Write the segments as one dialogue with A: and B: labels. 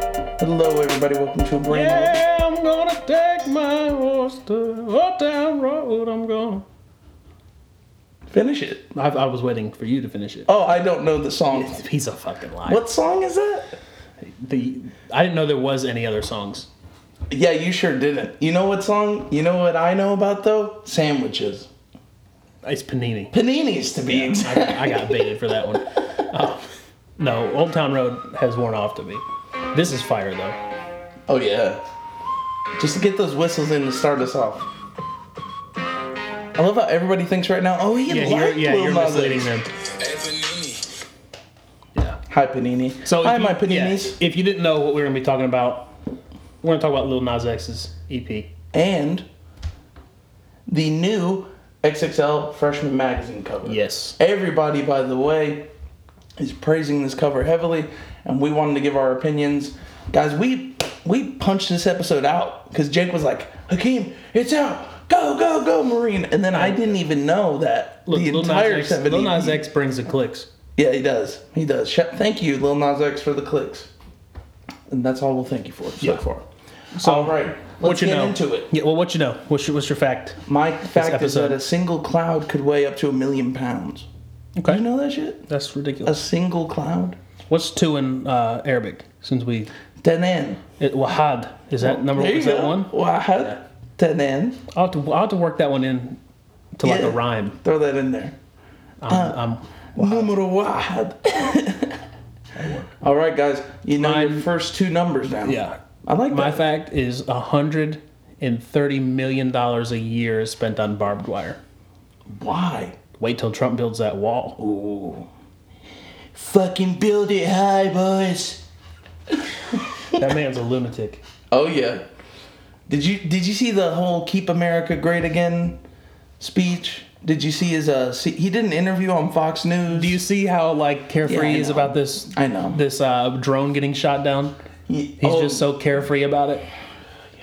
A: Hello, everybody. Welcome to a brand
B: Yeah, I'm gonna take my horse to up down road. I'm gonna.
A: new. Finish it.
B: I, I was waiting for you to finish it.
A: Oh, I don't know the song.
B: He's a fucking liar.
A: What song is that?
B: The I didn't know there was any other songs.
A: Yeah, you sure didn't. You know what song? You know what I know about though? Sandwiches.
B: It's Panini.
A: Paninis, to be
B: I,
A: exact.
B: got- I got baited for that one. Oh, no, Old Town Road has worn off to me. This is fire though.
A: Oh yeah. Just to get those whistles in to start us off. I love how everybody thinks right now. Oh, he
B: Yeah,
A: liked
B: you're, yeah,
A: Lil
B: you're
A: Nas X."
B: misleading them. Yeah.
A: Hi Panini.
B: So
A: hi,
B: if you-
A: my
B: yeah,
A: Paninis.
B: if you didn't know what we were gonna be talking about, we're gonna talk about Lil Nas X's E EP.
A: and the new XXL freshman magazine cover.
B: Yes.
A: Everybody, by the way, is praising this cover heavily, and we wanted to give our opinions. Guys, we we punched this episode out because Jake was like, Hakeem, it's out. Go, go, go, Marine. And then I didn't even know that
B: Look,
A: the
B: Lil
A: entire
B: Nas, X,
A: 70
B: Lil Nas X brings the clicks.
A: Yeah, he does. He does. Sh- Thank you, Lil Nas X, for the clicks. And that's all we'll thank you for so
B: Yeah.
A: far. So, all right, let's
B: what you
A: get
B: know?
A: into it.
B: Yeah. Well, what you know? What's your, what's your fact?
A: My fact is that
B: episode.
A: a single cloud could weigh up to a million pounds.
B: Okay.
A: You know that shit?
B: That's
A: A
B: ridiculous.
A: single cloud?
B: What's two in uh, Arabic? Since we
A: Tanan.
B: it, wahad is that number
A: There
B: is
A: you
B: that
A: go.
B: one?
A: Wahad. Tanan.
B: I'll have, to, I'll have to work that one in to like
A: Yeah. Uh,
B: a rhyme. Um,
A: Throw that in there.
B: I'm, I'm-
A: Numero wahad. All right, guys. You know your
B: Mine-
A: first two numbers now.
B: yeah.
A: I like
B: My
A: that.
B: fact is hundred and thirty million dollars a year is spent on barbed wire.
A: Why?
B: Wait till Trump builds that wall.
A: Ooh. Fucking build it high, boys.
B: That man's a lunatic.
A: Oh yeah. Did you did you see the whole "Keep America Great Again" speech? Did you see his uh? See, he did an interview on Fox News.
B: Do you see how like
A: Yeah,
B: carefree
A: I
B: he is
A: know.
B: about this?
A: I know.
B: this uh, drone getting shot down.
A: He-
B: He's
A: oh,
B: just so carefree about it.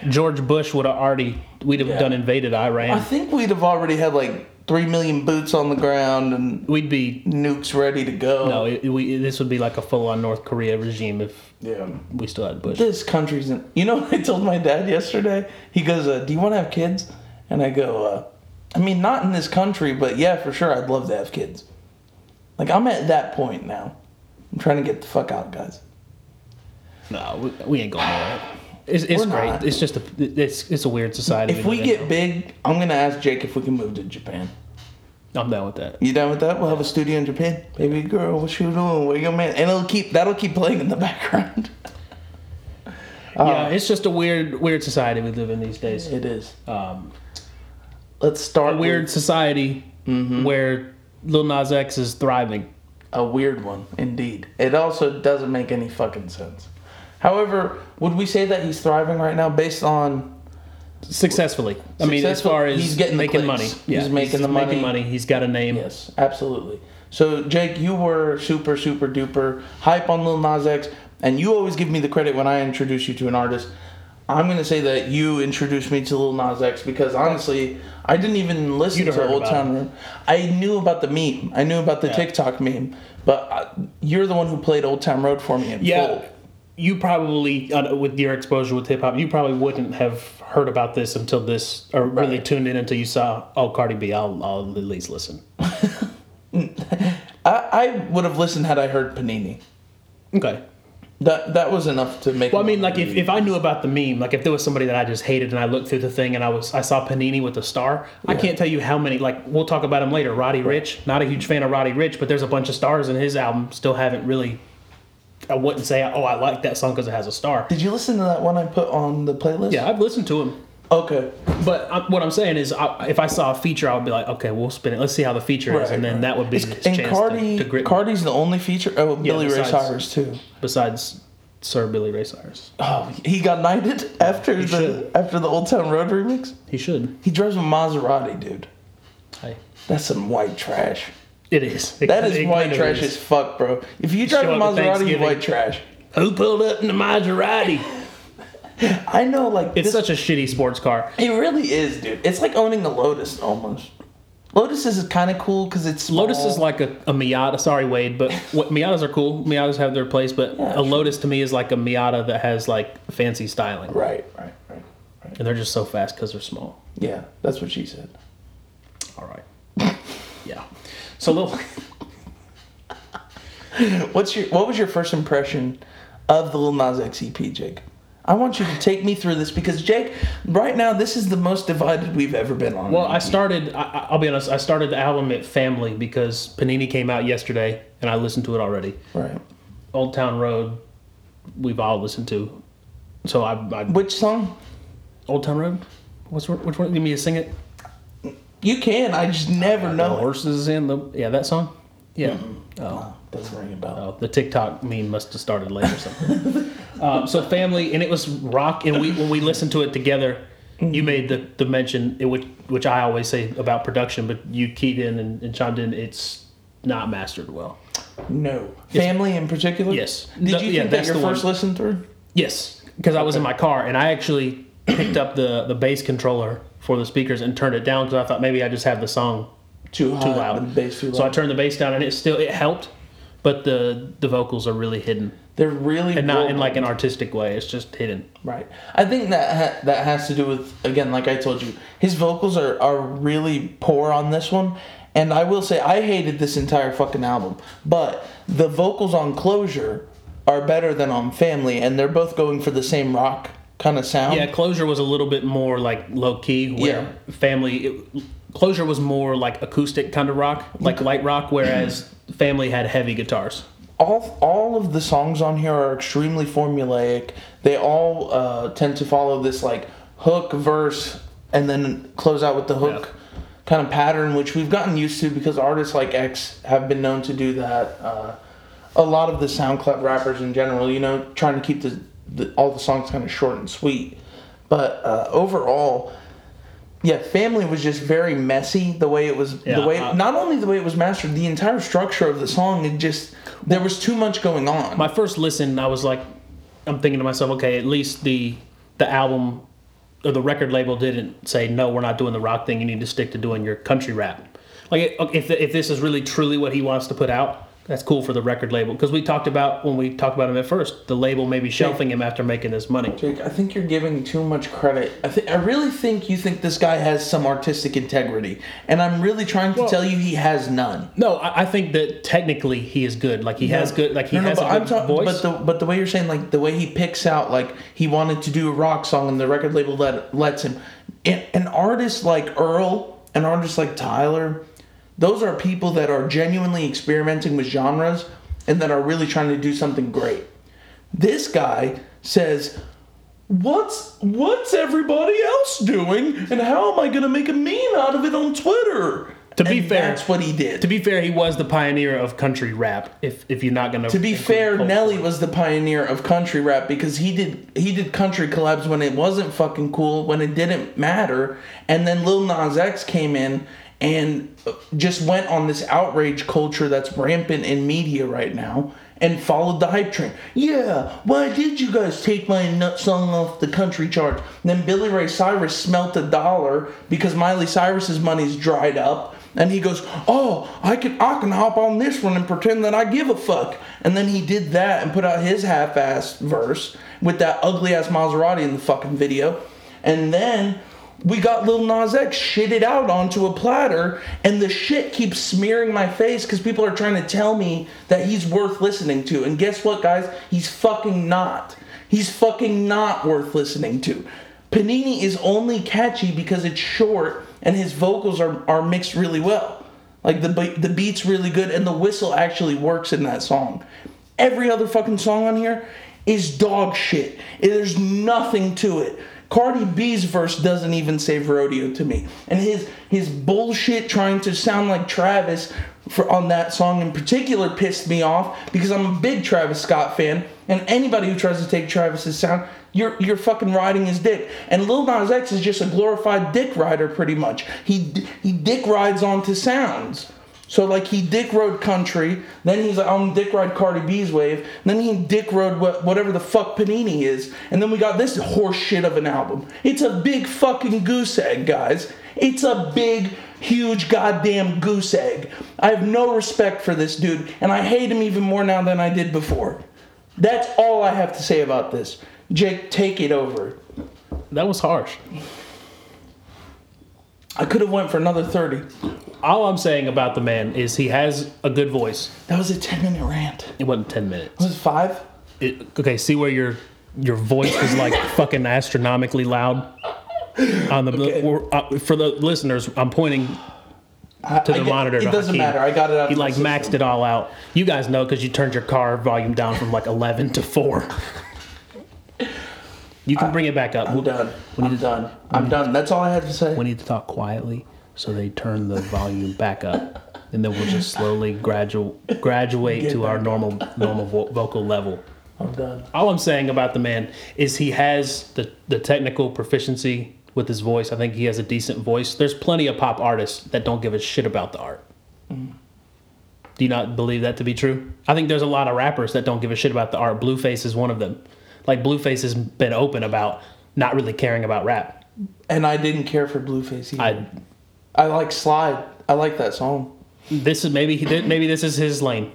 B: George Bush would have already we'd have
A: Yeah.
B: done invaded Iran.
A: I think we'd have already had like three million boots on the ground and
B: We'd be
A: nukes ready to go.
B: no, it, we, this would be like a full-on North Korea regime if
A: Yeah.
B: we still had Bush.
A: This country's in. You know what I told my dad yesterday? He goes, uh, "Do you want to have kids?" And I go, uh, "I mean, not in this country, but yeah, for sure, I'd love to have kids." Like I'm at that point now. I'm trying to get the fuck out, guys.
B: No, we, we ain't going nowhere. It's, it's
A: We're
B: great.
A: not.
B: It's just a it's it's a weird society.
A: If we
B: live in
A: get
B: now.
A: big, I'm gonna ask Jake if we can move to Japan.
B: I'm down with that.
A: You down with that? We'll have a studio in Japan. Baby girl, what you doing? Where your man? And it'll keep that'll keep playing in the background. Ah.
B: yeah, it's just a weird weird society we live in these days.
A: It is.
B: Um,
A: Uh, Let's start
B: a weird
A: with
B: society
A: Mm-hmm.
B: where Lil Nas X is thriving.
A: a weird one indeed. It also doesn't make any fucking sense. However, would we say that he's thriving right now based on
B: successfully. I mean, as
A: Successful-
B: far as
A: he's getting the
B: making
A: clicks.
B: money,
A: He's making the money.
B: He's got a name.
A: yes, absolutely. So Jake, you were super super duper hype on Lil Nas X, and you always give me the credit when I introduce you to an artist. I'm gonna say that you introduced me to Lil Nas X because honestly, I didn't even listen
B: You'd have
A: to
B: heard
A: Old
B: about
A: Town Road. I knew about the meme. I knew about the TikTok meme, but I, you're the one who played Old Town Road for me in
B: Yeah,
A: full.
B: you probably uh, with your exposure with hip hop, you probably wouldn't have heard about this until this, or really
A: Right.
B: tuned in until you saw, oh, Cardi B. I'll, I'll at least listen.
A: I, I would have listened had I heard Panini.
B: Okay.
A: That that was enough to make.
B: Well, I mean, like if, if I knew about the meme, like if there was somebody that I just hated and I looked through the thing and I was I saw Panini with the star, I can't tell you how many. Like we'll talk about him later. Roddy Rich, not a huge fan of Roddy Rich, but there's a bunch of stars in his album. Still haven't really. I wouldn't say oh I like that song because it has a star.
A: Did you listen to that one I put on the playlist?
B: Yeah, I've listened to him,
A: Okay.
B: but I, what I'm saying is, I, if I saw a feature, I would be like, okay, we'll spin it. Let's see how the feature is,
A: Right,
B: and then
A: right.
B: that would be
A: It's-
B: his
A: and
B: chance
A: Cardi,
B: to, to grip. me,
A: Cardi's the only feature. Oh, Billy Ray
B: besides-
A: Cyrus too.
B: besides Sir Billy Ray Cyrus,
A: Oh, he got knighted after the
B: should.
A: after the Old Town Road remix.
B: he should.
A: He drives a Maserati, dude.
B: Hey,
A: That's some white trash.
B: it is. It
A: That
B: kind-
A: is
B: it
A: white
B: kind of
A: trash as
B: is.
A: fuck, bro. If you drive a
B: show up at
A: Maserati, you're
B: Thanksgiving.
A: white trash.
B: Who pulled up in the Maserati?
A: I know, like this,
B: It's such a shitty sports car.
A: it really is, dude. It's like owning a Lotus almost. Lotus is kind of cool because it's small.
B: Lotus is like a, a Miata. Sorry, Wade, but what, Miatas are cool. Miatas have their place, but
A: Yeah,
B: a
A: sure.
B: Lotus to me is like a Miata that has like fancy styling,
A: right, right, right, right.
B: and they're just so fast because they're small.
A: Yeah, that's what she said.
B: All right. yeah. So little.
A: What's your What was your first impression of the Lil Nas X EP, Jake? I want you to take me through this because Jake, right now, this is the most divided we've ever been on.
B: Well, I started. I- I, I'll be honest. I started the album at Family because Panini came out yesterday, and I listened to it already.
A: right.
B: Old Town Road, we've all listened to. So I, I
A: Which song?
B: Old Town Road. What's which one? You need me to sing it?
A: You can. I just never
B: The
A: know.
B: horses in the yeah that song. Yeah. Oh.
A: it. Doesn't ring a bell.
B: Oh, the TikTok meme must have started late or something. uh, so family, and it was rock, and we when we listened to it together, you made the, the mention it which which I always say about production, but you keyed in and, and chimed in. It's not mastered well.
A: No. Family in particular.
B: Yes.
A: Did
B: No,
A: you
B: yeah,
A: think that
B: that's
A: your
B: the one.
A: first listen through?
B: Yes, because I was in my car and I actually picked up the the bass controller for the speakers and turned it down because I thought maybe I just have the song
A: Too,
B: too
A: high,
B: loud.
A: Uh, The bass too loud.
B: So I turned the bass down and it still it helped, but the the vocals are really hidden
A: They're really
B: and not in
A: well-
B: like an artistic way. It's just hidden.
A: Right. I think that ha- that has to do with again, like I told you, his vocals are are really poor on this one. And I will say I hated this entire fucking album, but the vocals on Closure are better than on Family, and they're both going for the same rock kind of sound.
B: Yeah, closure was a little bit more like low key. Where family, it, closure was more like acoustic kind of rock, like light rock, whereas family had heavy guitars.
A: all all of the songs on here are extremely formulaic. They all uh, tend to follow this like hook verse and then close out with the hook kind of pattern, which we've gotten used to because artists like X have been known to do that. Uh, a lot of the SoundCloud rappers in general, you know, trying to keep the, the all the songs kind of short and sweet. But uh, overall, yeah, family was just very messy. The way it was,
B: Yeah,
A: the way
B: uh,
A: not only the way it was mastered, the entire structure of the song. It just there was too much going on.
B: my first listen, I was like, I'm thinking to myself, okay, at least the the album or the record label didn't say no, we're not doing the rock thing. You need to stick to doing your country rap. Like if if this is really truly what he wants to put out, that's cool for the record label because we talked about when we talked about him at first, the label maybe shelving him after making this money.
A: Jake, I think you're giving too much credit. I think I really think you think this guy has some artistic integrity, and I'm really trying to
B: Well-
A: tell you he has none.
B: No, I, I think that technically he is good. Like he has good, like he
A: No, no,
B: has
A: but
B: a good
A: I'm talking, But
B: voice.
A: the but the way you're saying, like the way he picks out, like he wanted to do a rock song, and the record label let lets him. And, an artist like Earl, an artist like Tyler, those are people that are genuinely experimenting with genres and that are really trying to do something great. This guy says. What's what's everybody else doing, and how am I gonna make a meme out of it on Twitter?
B: To be
A: And
B: fair-
A: that's what he did.
B: to be fair, he was the pioneer of country rap. If if you're not gonna
A: To be fair,
B: Nelly.
A: Nelly was the pioneer of country rap because he did he did country collabs when it wasn't fucking cool, when it didn't matter, and then Lil Nas X came in and just went on this outrage culture that's rampant in media right now and followed the hype train. Yeah, why did you guys take my nut song off the country chart? Then Billy Ray Cyrus smelt a dollar because Miley Cyrus's money's dried up. And he goes, "Oh, I can I can hop on this one and pretend that I give a fuck." And then he did that and put out his half-ass verse with that ugly ass Maserati in the fucking video. And then we got Lil Nas X shitted out onto a platter, and the shit keeps smearing my face because people are trying to tell me that he's worth listening to. And guess what, guys? He's fucking not. He's fucking not worth listening to. Panini is only catchy because it's short and his vocals are, are mixed really well. Like the be- the beat's really good and the whistle actually works in that song. Every other fucking song on here is dog shit. There's nothing to it. Cardi B's verse doesn't even save rodeo to me. And his his bullshit trying to sound like Travis for on that song in particular pissed me off because I'm a big Travis Scott fan and anybody who tries to take Travis's sound you're, you're fucking riding his dick. And Lil Nas X is just a glorified dick rider, pretty much. He d- he dick rides onto sounds. So like he dick rode country, then he's like, I'm dick ride Cardi B's wave, and then he dick rode what, whatever the fuck Panini is, and then we got this horse shit of an album. It's a big fucking goose egg, guys. It's a big huge goddamn goose egg. I have no respect for this dude, and I hate him even more now than I did before. That's all I have to say about this. Jake, take it over.
B: That was harsh.
A: I could have went for another 30.
B: All I'm saying about the man is he has a good voice.
A: That was a 10 minute rant.
B: It wasn't 10 minutes.
A: Was it five?
B: It- okay, see where your your voice was like fucking astronomically loud. On the we're- uh, for the listeners, I'm pointing
A: I-
B: to
A: I
B: the
A: get-
B: monitor. to
A: It doesn't
B: Hakeem.
A: matter. I got it out.
B: He
A: of my
B: like
A: system.
B: maxed it all out. You guys know because you turned your car volume down from like 11 to 4. You can bring it back up.
A: I'm done. I'm done. I'm done. That's all I had to say.
B: We need to talk quietly so they turn the volume back up, and then we'll just slowly gradual graduate
A: Get
B: to our
A: back
B: normal normal vo- vocal level.
A: I'm done.
B: All I'm saying about the man is he has the the technical proficiency with his voice. I think he has a decent voice. There's plenty of pop artists that don't give a shit about the art.
A: Mm-hmm.
B: Do you not believe that to be true? I think there's a lot of rappers that don't give a shit about the art. Blueface is one of them. Like Blueface has been open about not really caring about rap.
A: And I didn't care for Blueface either.
B: I
A: I like Slide. I like that song.
B: this is maybe he- maybe this is his lane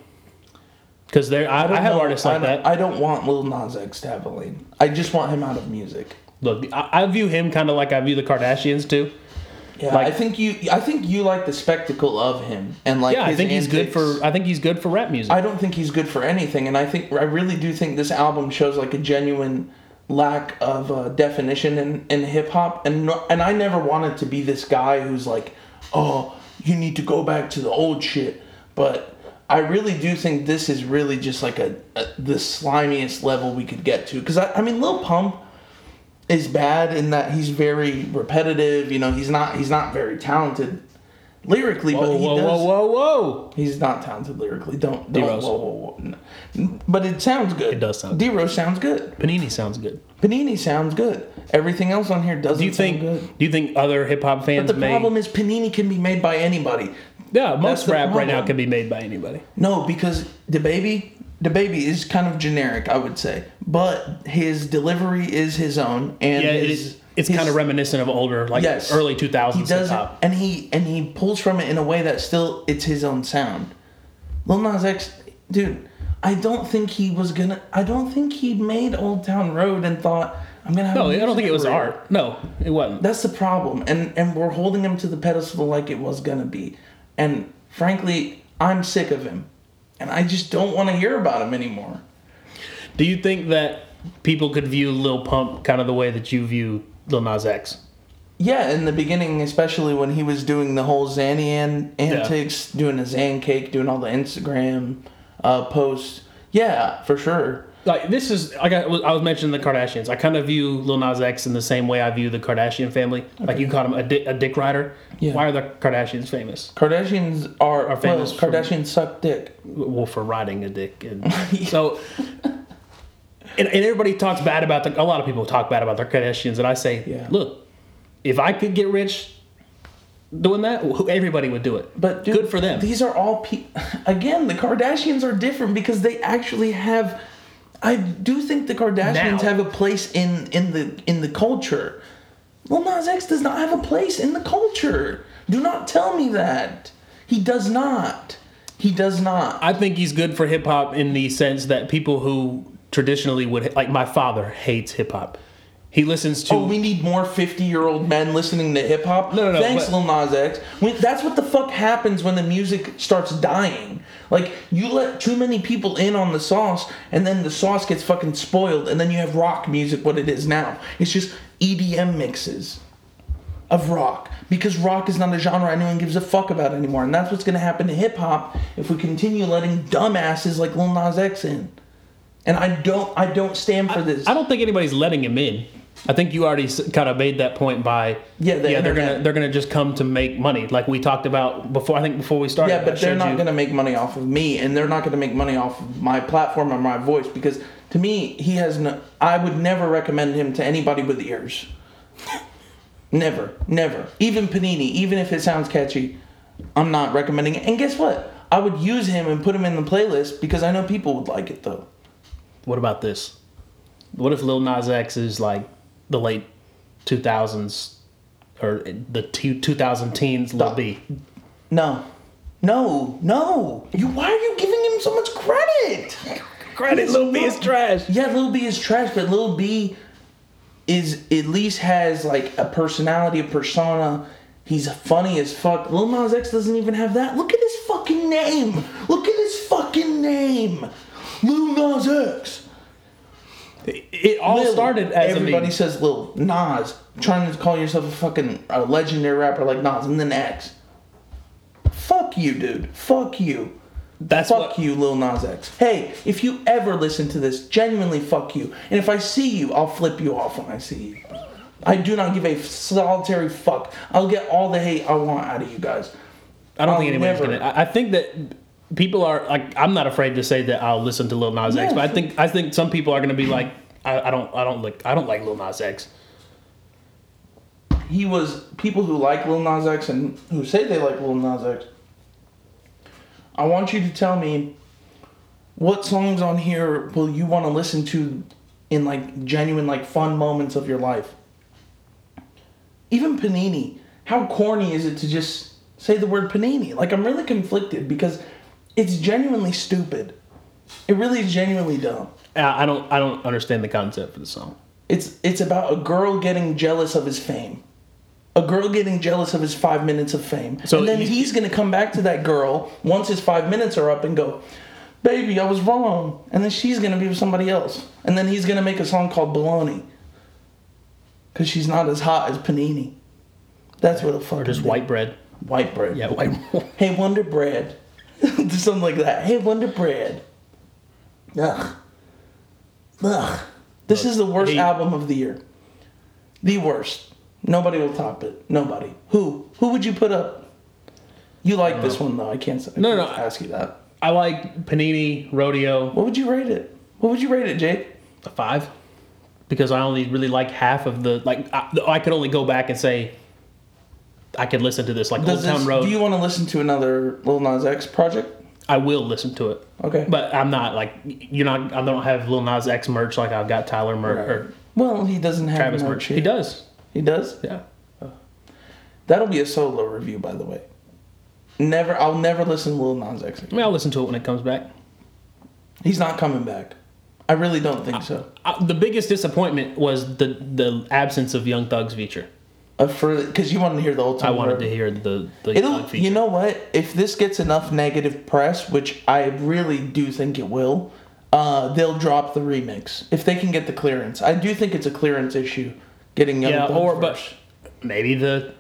B: because there I, I, have
A: No,
B: artists like
A: I don't-
B: that.
A: I don't want Lil Nas X to have a lane. I just want him out of music.
B: Look, I, I view him kind of like I view the Kardashians too.
A: Yeah,
B: Like-
A: I think you. I think you like the spectacle of him and like.
B: Yeah, I
A: his
B: think he's good
A: antics.
B: for I think he's good for rap music.
A: I don't think he's good for anything, and I think I really do think this album shows like a genuine lack of uh, definition in, in hip hop, and no, and I never wanted to be this guy who's like, oh, you need to go back to the old shit, but I really do think this is really just like a, a the slimiest level we could get to, because I, I mean Lil Pump is bad in that he's very repetitive, you know, he's not he's not very talented lyrically,
B: whoa,
A: but he
B: whoa,
A: does.
B: whoa, whoa, whoa!
A: He's not talented lyrically. Don't don't.
B: D-Rose.
A: Whoa, whoa, whoa. No. But it sounds good. It
B: does sound
A: D Rose sounds good.
B: Panini sounds good.
A: Panini sounds good. Everything else on here doesn't
B: Do you think
A: sound good.
B: do you think other hip hop fans
A: The
B: may
A: problem is Panini can be made by anybody.
B: yeah
A: that's
B: most
A: the
B: rap right now
A: problem.
B: can be made by anybody.
A: No, because the baby, the baby is kind of generic, I would say. But his delivery is his own, and
B: Yeah, it
A: his,
B: is. It's
A: his-
B: kind of reminiscent of older like
A: Yes.
B: early 2000s
A: He
B: hip
A: does, it,
B: hop.
A: and he and he pulls from it in a way that still it's his own sound. Lil Nas X, dude, I don't think he was gonna. I don't think he made Old Town Road and thought I'm gonna. Have
B: No,
A: a
B: I
A: music
B: don't think it was
A: career."
B: art. No, it wasn't.
A: That's the problem, and and we're holding him to the pedestal like it was gonna be, and frankly, I'm sick of him, and I just don't want to hear about him anymore.
B: Do you think that people could view Lil Pump kind of the way that you view Lil Nas X?
A: Yeah, in the beginning, especially when he was doing the whole Xanian antics, doing a Xan cake, doing all the Instagram uh, posts. Yeah, for sure.
B: Like this is like I was, I was mentioning the Kardashians. I kind of view Lil Nas X in the same way I view the Kardashian family. Like you called him a, di- a dick rider.
A: Yeah.
B: Why are the Kardashians famous?
A: Kardashians are,
B: Are famous
A: well, Kardashians suck dick.
B: Well, for riding a dick. And so, and, and everybody talks bad about the. A lot of people talk bad about the Kardashians, and I say,
A: Yeah.
B: look, if I could get rich doing that, wh- everybody would do it.
A: But dude,
B: good for them.
A: These are all pe- again. The Kardashians are different because they actually have. I do think the Kardashians
B: Now.
A: have a place in in the in the culture. Lil Nas X does not have a place in the culture. Do not tell me that. He does not. He does not.
B: I think he's good for hip hop in the sense that people who traditionally would like my father hates hip hop. He listens to
A: Oh, we need more 50 year old men listening to hip hop.
B: No, no, no,
A: Thanks,
B: but-
A: Lil Nas X. When, that's what the fuck happens when the music starts dying. Like, you let too many people in on the sauce, and then the sauce gets fucking spoiled, and then you have rock music, what it is now. It's just EDM mixes of rock. Because rock is not a genre anyone gives a fuck about anymore. And that's what's gonna happen to hip hop if we continue letting dumbasses like Lil Nas X in. And I don't, I don't stand for this.
B: I don't think anybody's letting him in. I think you already kind of made that point by
A: Yeah, the
B: yeah they're
A: internet.
B: gonna they're gonna just come to make money like we talked about before. I think before we started.
A: Yeah,
B: I
A: but they're
B: showed
A: not
B: you-
A: going to make money off of me, and they're not going to make money off of my platform or my voice because to me, he has no. I would never recommend him to anybody with ears. never, never. Even Panini, even if it sounds catchy, I'm not recommending it. And guess what? I would use him and put him in the playlist because I know people would like it though.
B: What about this? What if Lil Nas X is like the late two thousands or the two, 2010s Lil B.
A: No. No, no. You why are you giving him so much credit?
B: Credit Lil B is trash.
A: Yeah, Lil B is trash, but Lil B is at least has like a personality, a persona. He's funny as fuck. Lil Nas X doesn't even have that. Look at his fucking name. Look at his fucking name. Lil Nas X.
B: It all
A: Lil.
B: started as
A: everybody
B: a meme.
A: says Lil Nas, trying to call yourself a fucking a legendary rapper like Nas, and then X. Fuck you, dude. Fuck you.
B: That's
A: Fuck
B: what,
A: you, Lil Nas X. Hey, if you ever listen to this, genuinely fuck you. And if I see you, I'll flip you off when I see you. I do not give a solitary fuck. I'll get all the hate I want out of you guys.
B: I don't think
A: I'll
B: anybody's
A: never-
B: gonna. I, I think that people are like. I'm not afraid to say that I'll listen to Lil Nas X,
A: Yeah.
B: but I think I think some people are gonna be like, I, I don't, I don't like, I don't like Lil Nas X.
A: He was people who like Lil Nas X and who say they like Lil Nas X. I want you to tell me what songs on here will you want to listen to in like genuine like fun moments of your life. Even Panini, how corny is it to just say the word Panini? Like I'm really conflicted because it's genuinely stupid. It really is genuinely dumb.
B: I I don't, I don't understand the concept for the song.
A: It's it's about a girl getting jealous of his fame. A girl getting jealous of his five minutes of fame.
B: So
A: and then
B: you-
A: he's gonna come back to that girl once his five minutes are up and go, Baby, I was wrong. And then she's gonna be with somebody else. And then he's gonna make a song called Baloney. Cause she's not as hot as Panini. That's what a fuck.
B: Or just white bread.
A: white bread.
B: Yeah, white.
A: Hey Wonder Bread. Something like that. Hey Wonder Bread. Ugh. Ugh. This is the worst
B: Hey.
A: album of the year. The worst. Nobody will top it. Nobody. Who? Who would you put up? You like this one though. I can't. s- I
B: No,
A: can't
B: no,
A: Ask you that.
B: I like Panini Rodeo
A: What would you rate it? What would you rate it, Jake?
B: a five because I only really like half of the like. I, I could only go back and say I could listen to this like Old
A: Does
B: Town
A: this-
B: Road.
A: Do you want to listen to another Lil Nas X project?
B: I will listen to it.
A: Okay.
B: But I'm not like you're not. I don't have Lil Nas X merch like I've got Tyler merch or
A: well, he doesn't have
B: Travis
A: no
B: merch.
A: shit.
B: He does.
A: He does.
B: Yeah.
A: That'll be a solo review, by the way. Never, I'll never listen to Lil Nas X.
B: I mean, I'll listen to it when it comes back.
A: He's not coming back. I really don't think so.
B: I, Uh, the biggest disappointment was the the absence of Young Thug's feature.
A: Uh, for because you wanted to hear the whole time.
B: I wanted to hear the the Young Thug
A: It'll,
B: feature.
A: you know what? If this gets enough negative press, which I really do think it will, uh, they'll drop the remix if they can get the clearance. I do think it's a clearance issue. Getting young
B: yeah,
A: Thug
B: or
A: first.
B: but maybe the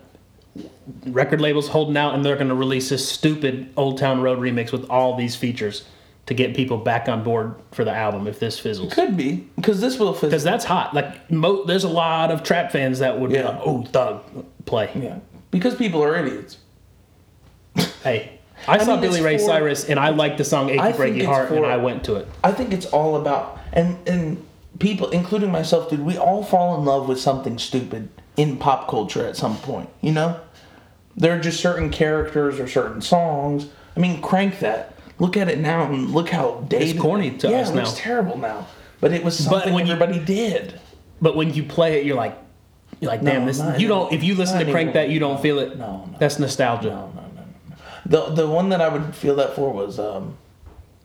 B: record label's holding out and they're going to release this stupid Old Town Road remix with all these features to get people back on board for the album if this fizzles.
A: could be because this will fit.
B: Because that's hot. Like mo- there's a lot of trap fans that would be
A: Yeah.
B: like, "Oh, Thug, play."
A: Yeah, because people are idiots.
B: Hey, I, saw
A: mean,
B: Billy
A: it's
B: Ray
A: for-
B: Cyrus and I liked the song "Achy
A: I think
B: Breaky
A: it's
B: Heart" and
A: for-
B: I went to it.
A: I think it's all about and and people, including myself, dude. We all fall in love with something stupid in pop culture at some point. You know, there are just certain characters or certain songs. I mean, crank that. Look at it now and look how dated.
B: corny to
A: yeah,
B: us
A: it looks
B: now.
A: terrible now. But it was something
B: when you-
A: everybody did.
B: But when you play it, you're like, you're like, damn, this.
A: not
B: You don't.
A: anymore.
B: If you listen
A: Not
B: to Crank
A: anymore.
B: That, you don't feel it.
A: No, Oh, no.
B: That's nostalgia.
A: The the one that I would feel that for was um.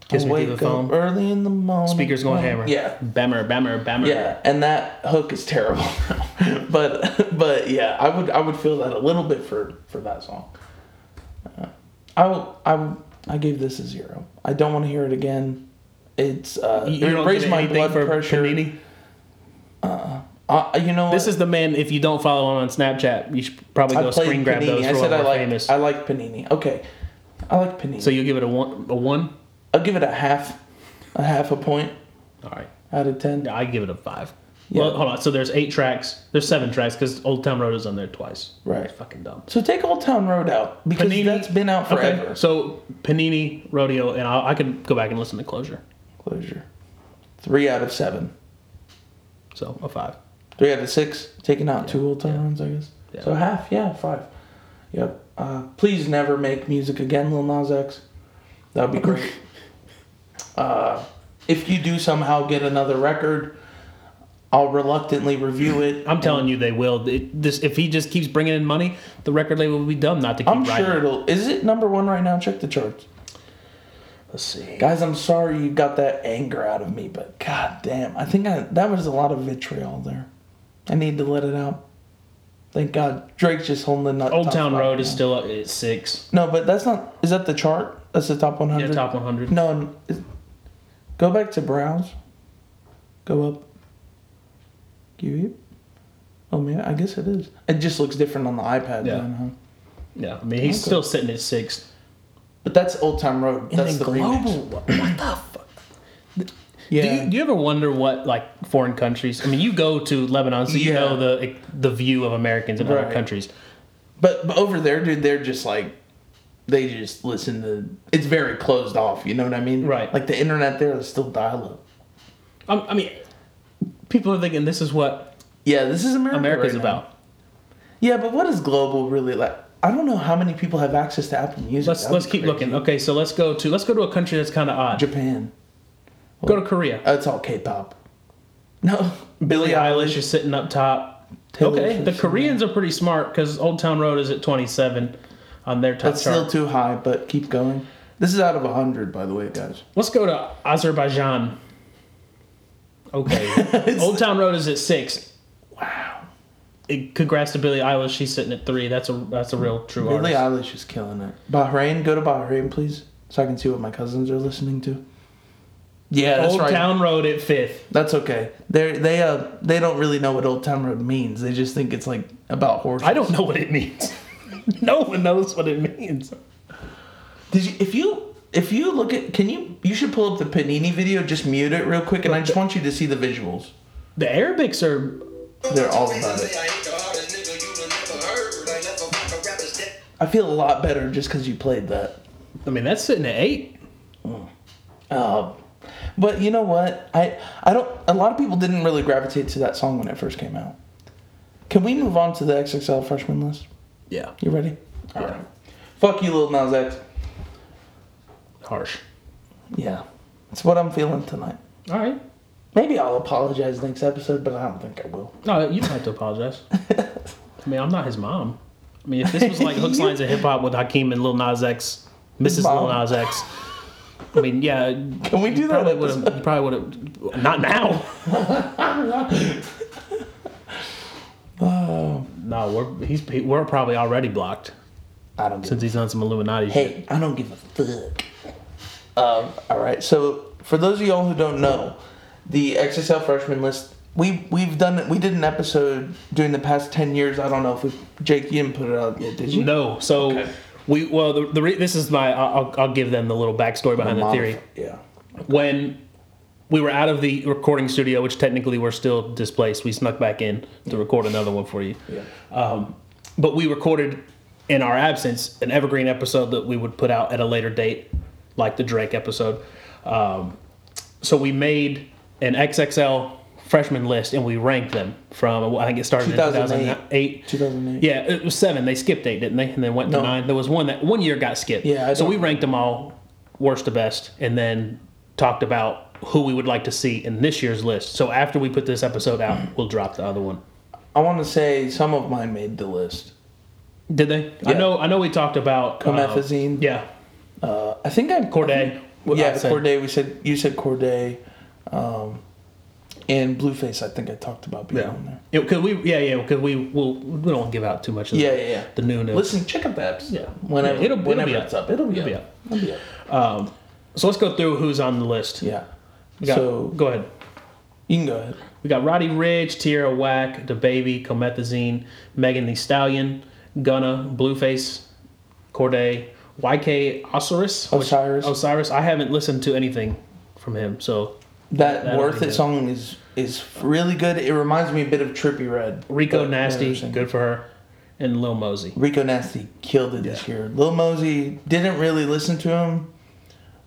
B: Kiss
A: I
B: Me Through the
A: wake up
B: Phone.
A: Early in the morning.
B: Speakers going hammer.
A: Yeah.
B: Bammer, bammer, bammer.
A: Yeah, and that hook is terrible. but but yeah, I would I would feel that a little bit for for that song. Uh, I will- I will- I gave this a zero. I don't want to hear it again. It's uh,
B: You- You
A: it
B: don't
A: raised
B: give
A: my
B: anything
A: blood
B: for
A: pressure.
B: Panini?
A: Uh, you know
B: This
A: what?
B: is the man. If you don't follow him on Snapchat, you should probably
A: I
B: go
A: played
B: screen grab
A: Panini.
B: those.
A: I
B: for
A: said I
B: all the
A: like
B: famous.
A: I like Panini. Okay, I like Panini.
B: so you give it a one. A one.
A: I'll give it a half, a half a point
B: All right.
A: out of ten.
B: Yeah, I give it a five.
A: Yeah.
B: Well, hold on. So there's eight tracks. There's seven tracks because Old Town Road is on there twice.
A: Right.
B: Fucking dumb.
A: So take Old Town Road out because that's been out
B: okay,
A: forever.
B: So Panini Rodeo, and I, I could go back and listen to Closure.
A: Closure. Three out of seven.
B: So a five.
A: Three out of six, taking out two old time runs, I guess.
B: Yeah.
A: So half, yeah, five. Yep. Uh, please never make music again, Lil Nas X. That would be great. uh, if you do somehow get another record, I'll reluctantly review it.
B: I'm telling you, they will. It, this, if he just keeps bringing in money, the record label will be dumb not to keep
A: I'm
B: writing.
A: sure it'll. Is it number one right now? Check the charts.
B: Let's see.
A: Guys, I'm sorry you got that anger out of me, but god damn, I think I, that was a lot of vitriol there. I need to let it out. Thank God Drake's just holding the nut.
B: Old
A: top
B: Town
A: five
B: Road
A: now.
B: is still up at six.
A: No, but that's not. Is that the chart? That's the top 100.
B: Yeah, top 100.
A: No, n- is- go back to browse. Go up. Give it. Oh man, I guess it is. It just looks different on the iPad.
B: Yeah.
A: Then, huh?
B: Yeah, I mean he's
A: Okay.
B: still sitting at six.
A: But that's Old Town Road.
B: And
A: That's
B: then
A: the remix.
B: global. What the fuck?
A: Yeah.
B: Do, you, do you ever wonder what like foreign countries? I mean, you go to Lebanon, so you
A: Yeah.
B: know the the view of Americans in
A: Right.
B: other countries.
A: But, but over there, dude, they're just like, they just listen to. It's very closed off. You know what I mean?
B: Right.
A: Like the internet there is still dial up.
B: Um, I, I mean, people are thinking this is what
A: Yeah, this is America.
B: America's
A: right now.
B: about.
A: Yeah, but what is global really like? I don't know how many people have access to Apple Music.
B: Let's
A: That'd
B: let's
A: be
B: keep
A: crazy.
B: looking. Okay, so let's go to let's go to a country that's kind of odd.
A: Japan.
B: Go to Korea.
A: Oh, it's all K-pop. No,
B: Billie Eilish is sitting up top.
A: Taylor
B: okay, the
A: Swift's in
B: Koreans are pretty smart because Old Town Road is at twenty seven on their top
A: That's
B: chart.
A: still too high, but keep going. This is out of hundred, by the way, guys.
B: Let's go to Azerbaijan. Okay. Old Town Road is at six.
A: Wow,
B: It- congrats to Billie Eilish. She's sitting at three. That's a that's a real true
A: Billie
B: artist.
A: Eilish is killing it. Bahrain, go to Bahrain, please, so I can see what my cousins are listening to. Yeah, that's
B: Old
A: right.
B: Town Road at fifth.
A: That's okay. They they uh they don't really know what Old Town Road means. They just think it's like about horses.
B: I don't know what it means. no one knows what it means.
A: Did you if you if you look at can you you should pull up the Panini video. Just mute it real quick, and I just want you to see the visuals.
B: The Arabics are
A: They're all about it. I feel a lot better just because you played that.
B: I mean that's sitting at eight.
A: Um, but you know what? I I don't. A lot of people didn't really gravitate to that song when it first came out. Can we move on to the XXL freshman list?
B: Yeah.
A: You ready? All right. Fuck you, Lil Nas X.
B: Harsh.
A: Yeah, it's what I'm feeling tonight.
B: All right.
A: Maybe I'll apologize next episode, but I don't think I will.
B: No, you don't have to apologize. I mean, I'm not his mom. I mean, if this was like Hooks, Lines, and Hip Hop with Hakeem and Lil Nas X, Mrs. Lil
A: Mom.
B: Nas X, I mean, yeah.
A: Can we do that?
B: Probably would have. Probably would have. Not now. no, we're he's we're probably already blocked
A: I don't. Give
B: since he's on some Illuminati shit.
A: Hey, I don't give a fuck. Um, all right. So for those of y'all who don't know, the XSL freshman list. We we've done we did an episode during the past ten years. I don't know if we, Jake you didn't put it out yet, did you?
B: No, so
A: Okay.
B: we well the, the re, this is my I'll, I'll- I'll give them the little backstory behind the theory.
A: Yeah.
B: when we were out of the recording studio, which technically we're still displaced, we snuck back in to record another one for you.
A: Yeah.
B: Um, but we recorded in our absence an evergreen episode that we would put out at a later date, like the Drake episode. Um, so we made an XXL freshman list and we ranked them from, I think it started in
A: 2008.
B: 2008.
A: 2008.
B: Yeah, it was seven. They skipped eight, didn't they? And then went to
A: No.
B: nine. There was one that one year got skipped.
A: Yeah, I
B: so
A: don't-
B: we ranked them all worst to best, and then talked about who we would like to see in this year's list. So after we put this episode out, we'll drop the other one.
A: I want to say some of mine made the list.
B: Did they? I
A: Yeah.
B: know. I know. We talked about uh,
A: Comethazine.
B: yeah,
A: Uh, I think I
B: Corday. What
A: yeah,
B: I'd say.
A: Corday. We said you said Corday, um, and Blueface. I think I talked about being
B: yeah.
A: on there.
B: Yeah, Cause we yeah yeah because we will we don't give out too much. Of
A: Yeah,
B: the,
A: yeah, yeah.
B: The new news.
A: Listen, check out the apps.
B: Yeah.
A: Whenever,
B: Yeah, it'll- it'll
A: whenever
B: be up.
A: it's up. It'll be
B: It'll be
A: up. It'll be up.
B: Um, so let's go through who's on the list.
A: Yeah.
B: We got-
A: so
B: go ahead.
A: you can go ahead.
B: We got Roddy Ridge, Tierra Whack, the Baby, Comethazine, Megan the Stallion, Gunna, Blueface, Corday, YK Osiris. which-
A: Osiris.
B: Osiris. I haven't listened to anything from him, so
A: That
B: That'll
A: worth
B: be
A: it
B: good.
A: song is is really good. It reminds me a bit of Trippy Red.
B: Rico
A: But-
B: Nasty,
A: Anderson.
B: good for her, and Lil Mosey.
A: Rico Nasty killed it this year. Lil Mosey didn't really listen to him.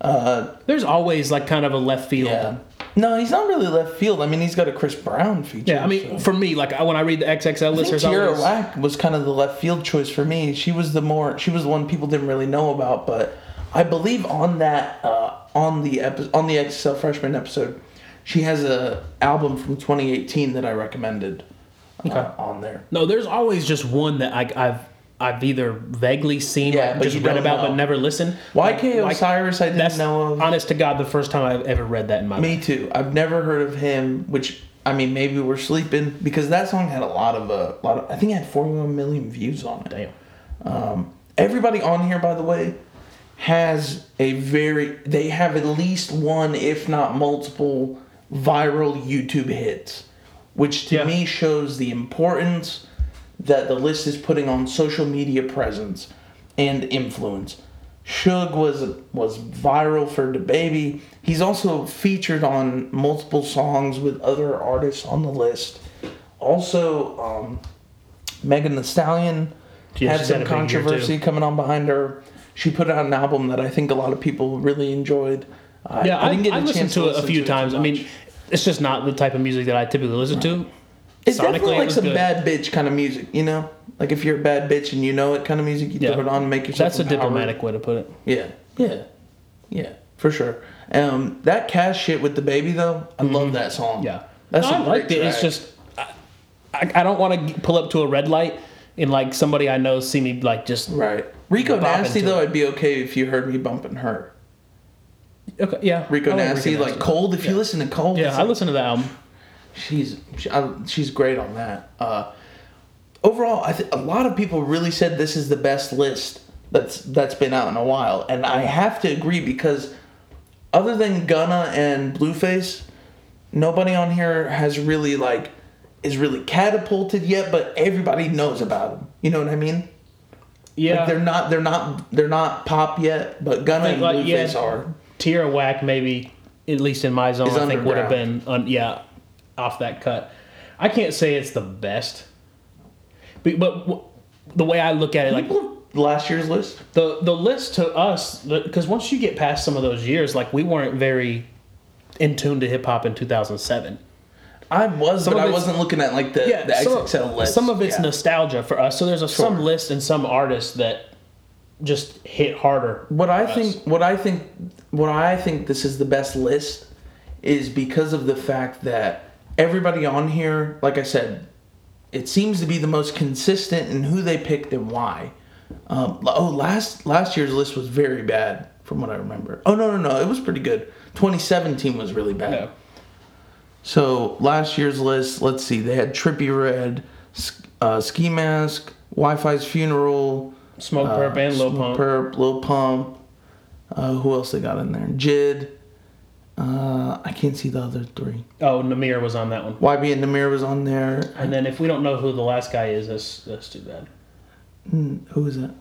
A: Uh,
B: There's always like kind of a left field.
A: yeah. No, he's not really left field. I mean, he's got a Chris Brown feature.
B: Yeah, I mean, for me, like I- when I read the XXL
A: I
B: list,
A: think
B: there's
A: Tierra
B: always
A: Whack was kind of the left field choice for me. She was the more she was the one people didn't really know about, but I believe on that uh, on the epi- on the XSL freshman episode, She has a album from 2018 that I recommended uh,
B: Okay.
A: on there.
B: No, there's always just one that I, I've I've either vaguely seen,
A: Yeah,
B: like,
A: but
B: just
A: you
B: read
A: don't
B: about,
A: know.
B: but never listened. Like,
A: YK
B: like,
A: Osiris, I didn't
B: that's
A: know of.
B: honest to God the first time I've ever read that in my life.
A: Me too. I've never heard of him. Which I mean, maybe we're sleeping because that song had a lot of a lot of. I think it had 41 million views on it.
B: Damn.
A: Everybody on here, by the way, has a very. They have at least one, if not multiple, viral YouTube hits, which to
B: Yeah.
A: me shows the importance that the list is putting on social media presence and influence. Suge was was viral for the baby. He's also featured on multiple songs with other artists on the list. Also, um, Megan The Stallion
B: Yeah,
A: had
B: she's
A: some
B: had a big year,
A: controversy
B: too.
A: coming on behind her. She put out an album that I think a lot of people really enjoyed. I,
B: Yeah, I,
A: didn't get a
B: listened
A: chance
B: to, it a
A: listen
B: few
A: too
B: times. I mean,
A: much.
B: it's just not the type of music that I typically listen to.
A: it's definitely
B: sonically, it
A: like
B: was
A: some
B: good.
A: bad bitch kind of music, you know. Like if you're a bad bitch and you know it kind of music, you
B: Yeah.
A: throw it on and make yourself.
B: That's a
A: empowered.
B: diplomatic way to put it.
A: Yeah, yeah, yeah, for sure. Um, that cash shit with the baby though, I love that song.
B: Mm-hmm. Yeah,
A: that's
B: No,
A: a
B: I
A: great
B: liked it. It's
A: track.
B: just I, I, I don't want to pull up to a red light and like somebody I know see me like just
A: right. Rico
B: Bopping
A: Nasty
B: to
A: though,
B: it.
A: I'd be okay if you heard me bumping her.
B: okay, yeah.
A: Rico
B: I like
A: Nasty, like Cold. If you listen to Cold,
B: Oh, Yeah,
A: it's
B: I
A: like-
B: listened to the album.
A: she's she, I, she's great on that. Uh, overall, I th- a lot of people really said this is the best list that's that's been out in a while, and I have to agree because other than Gunna and Blueface, nobody on here has really like is really catapulted yet. But everybody knows about them. You know what I mean?
B: Yeah,
A: Like they're not they're not they're not pop yet, but Gunna
B: think,
A: and
B: like, yeah,
A: Blueface are.
B: Tierra Whack maybe at least in my zone
A: Is
B: I think would have
A: underground.
B: been un, yeah off that cut. I can't say it's the best, but, but w- the way I look at it, like
A: People last year's list.
B: the the list to us because once you get past some of those years, like we weren't very in tune to hip hop in 2007.
A: I was,
B: Some
A: but
B: of
A: I
B: it's-
A: wasn't looking at like the, the XXL
B: some,
A: list.
B: some of it's
A: Yeah.
B: nostalgia for us. So there's a, some
A: Sure.
B: list and some artists that just hit harder.
A: What I
B: for us.
A: think, what I think, what I think this is the best list is because of the fact that everybody on here, like I said, it seems to be the most consistent in who they picked and why. Um, oh, last last year's list was very bad from what I remember. Oh no no no, it was pretty good. 2017 was really bad.
B: No.
A: So last year's list, let's see, they had Trippy Red, S- uh, Ski Mask, Wi-Fi's Funeral,
B: Smoke
A: uh,
B: Perp and Lil
A: Smoke
B: Pump.
A: Perp, Lil Pump. Uh, who else they got in there? Jid. Uh, I can't see the other three.
B: Oh, Namir was on that one.
A: YB and Namir was on there.
B: And then if we don't know who the last guy is, that's that's too bad.
A: Who is that?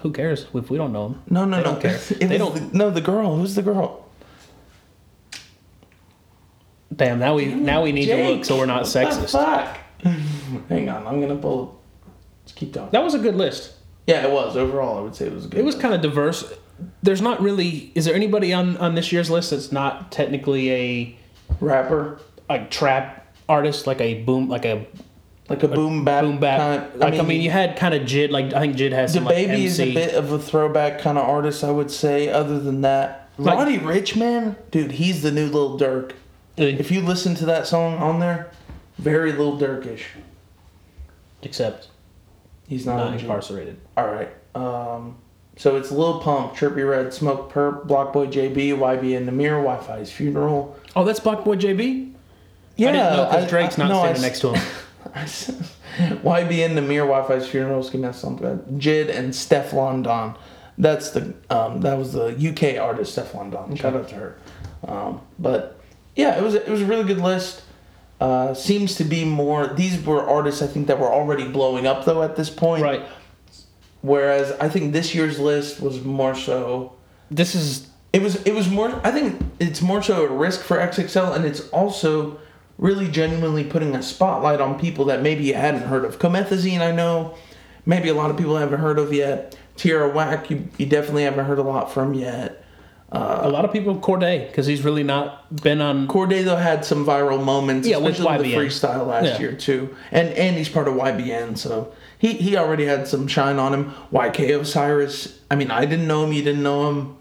B: Who cares if we don't know him?
A: No, no,
B: They
A: no.
B: don't care.
A: It was
B: They don't-
A: the- no, the girl. Who's the girl?
B: Damn, now we now we need to
A: Jake,
B: look so we're not
A: what the
B: sexist.
A: fuck? Hang on, I'm gonna pull. Let's keep talking.
B: That was a good list.
A: Yeah, it was overall. I would say it was good.
B: It was kind of diverse. There's not really. Is there anybody on on this year's list that's not technically a
A: of rapper,
B: like trap artist, like a boom, like a
A: like a boom bap.
B: boom bap?
A: Kind
B: like I mean, you had kind of Jid. Like I think Jid has
A: the
B: some like
A: baby is
B: MC.
A: a bit of a throwback kind of artist. I would say. Other than that,
B: Like-
A: Roddy Rich, man, dude, he's the new Lil Durk. If you listen to that song on there, very Lil Durkish.
B: except
A: He's not,
B: not
A: on G.
B: incarcerated.
A: All right. Um, so it's Lil Pump, Trippy Red, Smoke Perp, Block Boy JB, YB and Namir, Wi-Fi's Funeral.
B: Oh, that's Blockboy JB.
A: Yeah,
B: I didn't know
A: I-
B: because Drake's
A: I-
B: not
A: no, I s-
B: standing next to him.
A: I s- YB and Namir, Wi-Fi's Funeral, Ski Mask, something. Jid and Stefflon Don. That's the um, that was the UK artist Stefflon Don. Shout out to her. Um, but yeah, it was it was a really good list. Uh, seems to be more. These were artists I think that were already blowing up though at this point.
B: right.
A: Whereas I think this year's list was more so.
B: This is
A: It was it was more. I think it's more so a risk for XXL, and it's also really genuinely putting a spotlight on people that maybe you hadn't heard of. Comethazine, I know, maybe a lot of people haven't heard of yet. Tierra Whack, you, you definitely haven't heard a lot from yet.
B: a lot of people Corday because he's really not been on.
A: Corday though had some viral moments,
B: Yeah, with
A: especially with the
B: YBN.
A: freestyle last
B: Yeah.
A: year too. And and he's part of YBN, so he he already had some shine on him. YK Osiris, I mean, I didn't know him, you didn't know him.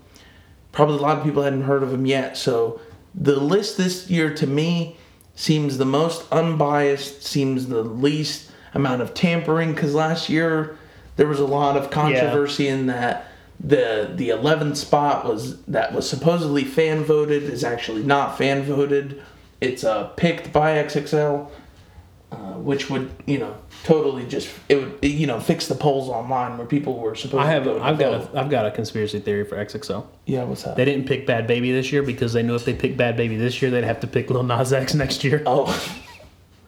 A: Probably a lot of people hadn't heard of him yet, so the list this year to me seems the most unbiased, seems the least amount of tampering because last year there was a lot of controversy in that the the 11th spot was that was supposedly fan voted is actually not fan voted. It's uh, picked by XXL, uh, which would you know totally just it would you know fix the polls online where people were supposed.
B: I have.
A: to go to
B: I've got.
A: vote.
B: A, I've got a conspiracy theory for XXL.
A: yeah, what's that?
B: They didn't pick Bad Baby this year because they knew if they picked Bad Baby this year, they'd have to pick Lil Nas X next year.
A: Oh.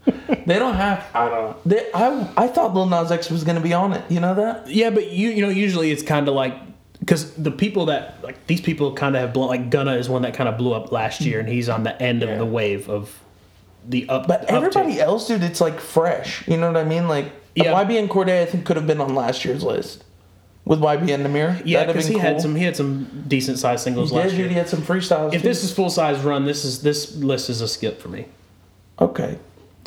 A: they don't have. I don't. They, I I thought Lil Nas X was gonna be on it. You know that?
B: Yeah, but you you know usually it's kind of like because the people that like these people kind of have blown like Gunna is one that kind of blew up last year, and he's on the end
A: Yeah.
B: of the wave of the up.
A: But
B: uptick.
A: everybody else, dude, it's like fresh. You know what I mean? Like
B: Yeah.
A: YB and Corday, I think could have been on last year's list with YB and Namir. That'd
B: yeah,
A: have
B: because he
A: been
B: had
A: cool.
B: some he had some decent sized singles
A: Yeah,
B: last
A: dude, he
B: year.
A: had some freestyles.
B: If
A: too.
B: this is full size run, this is this list is a skip for me,
A: okay,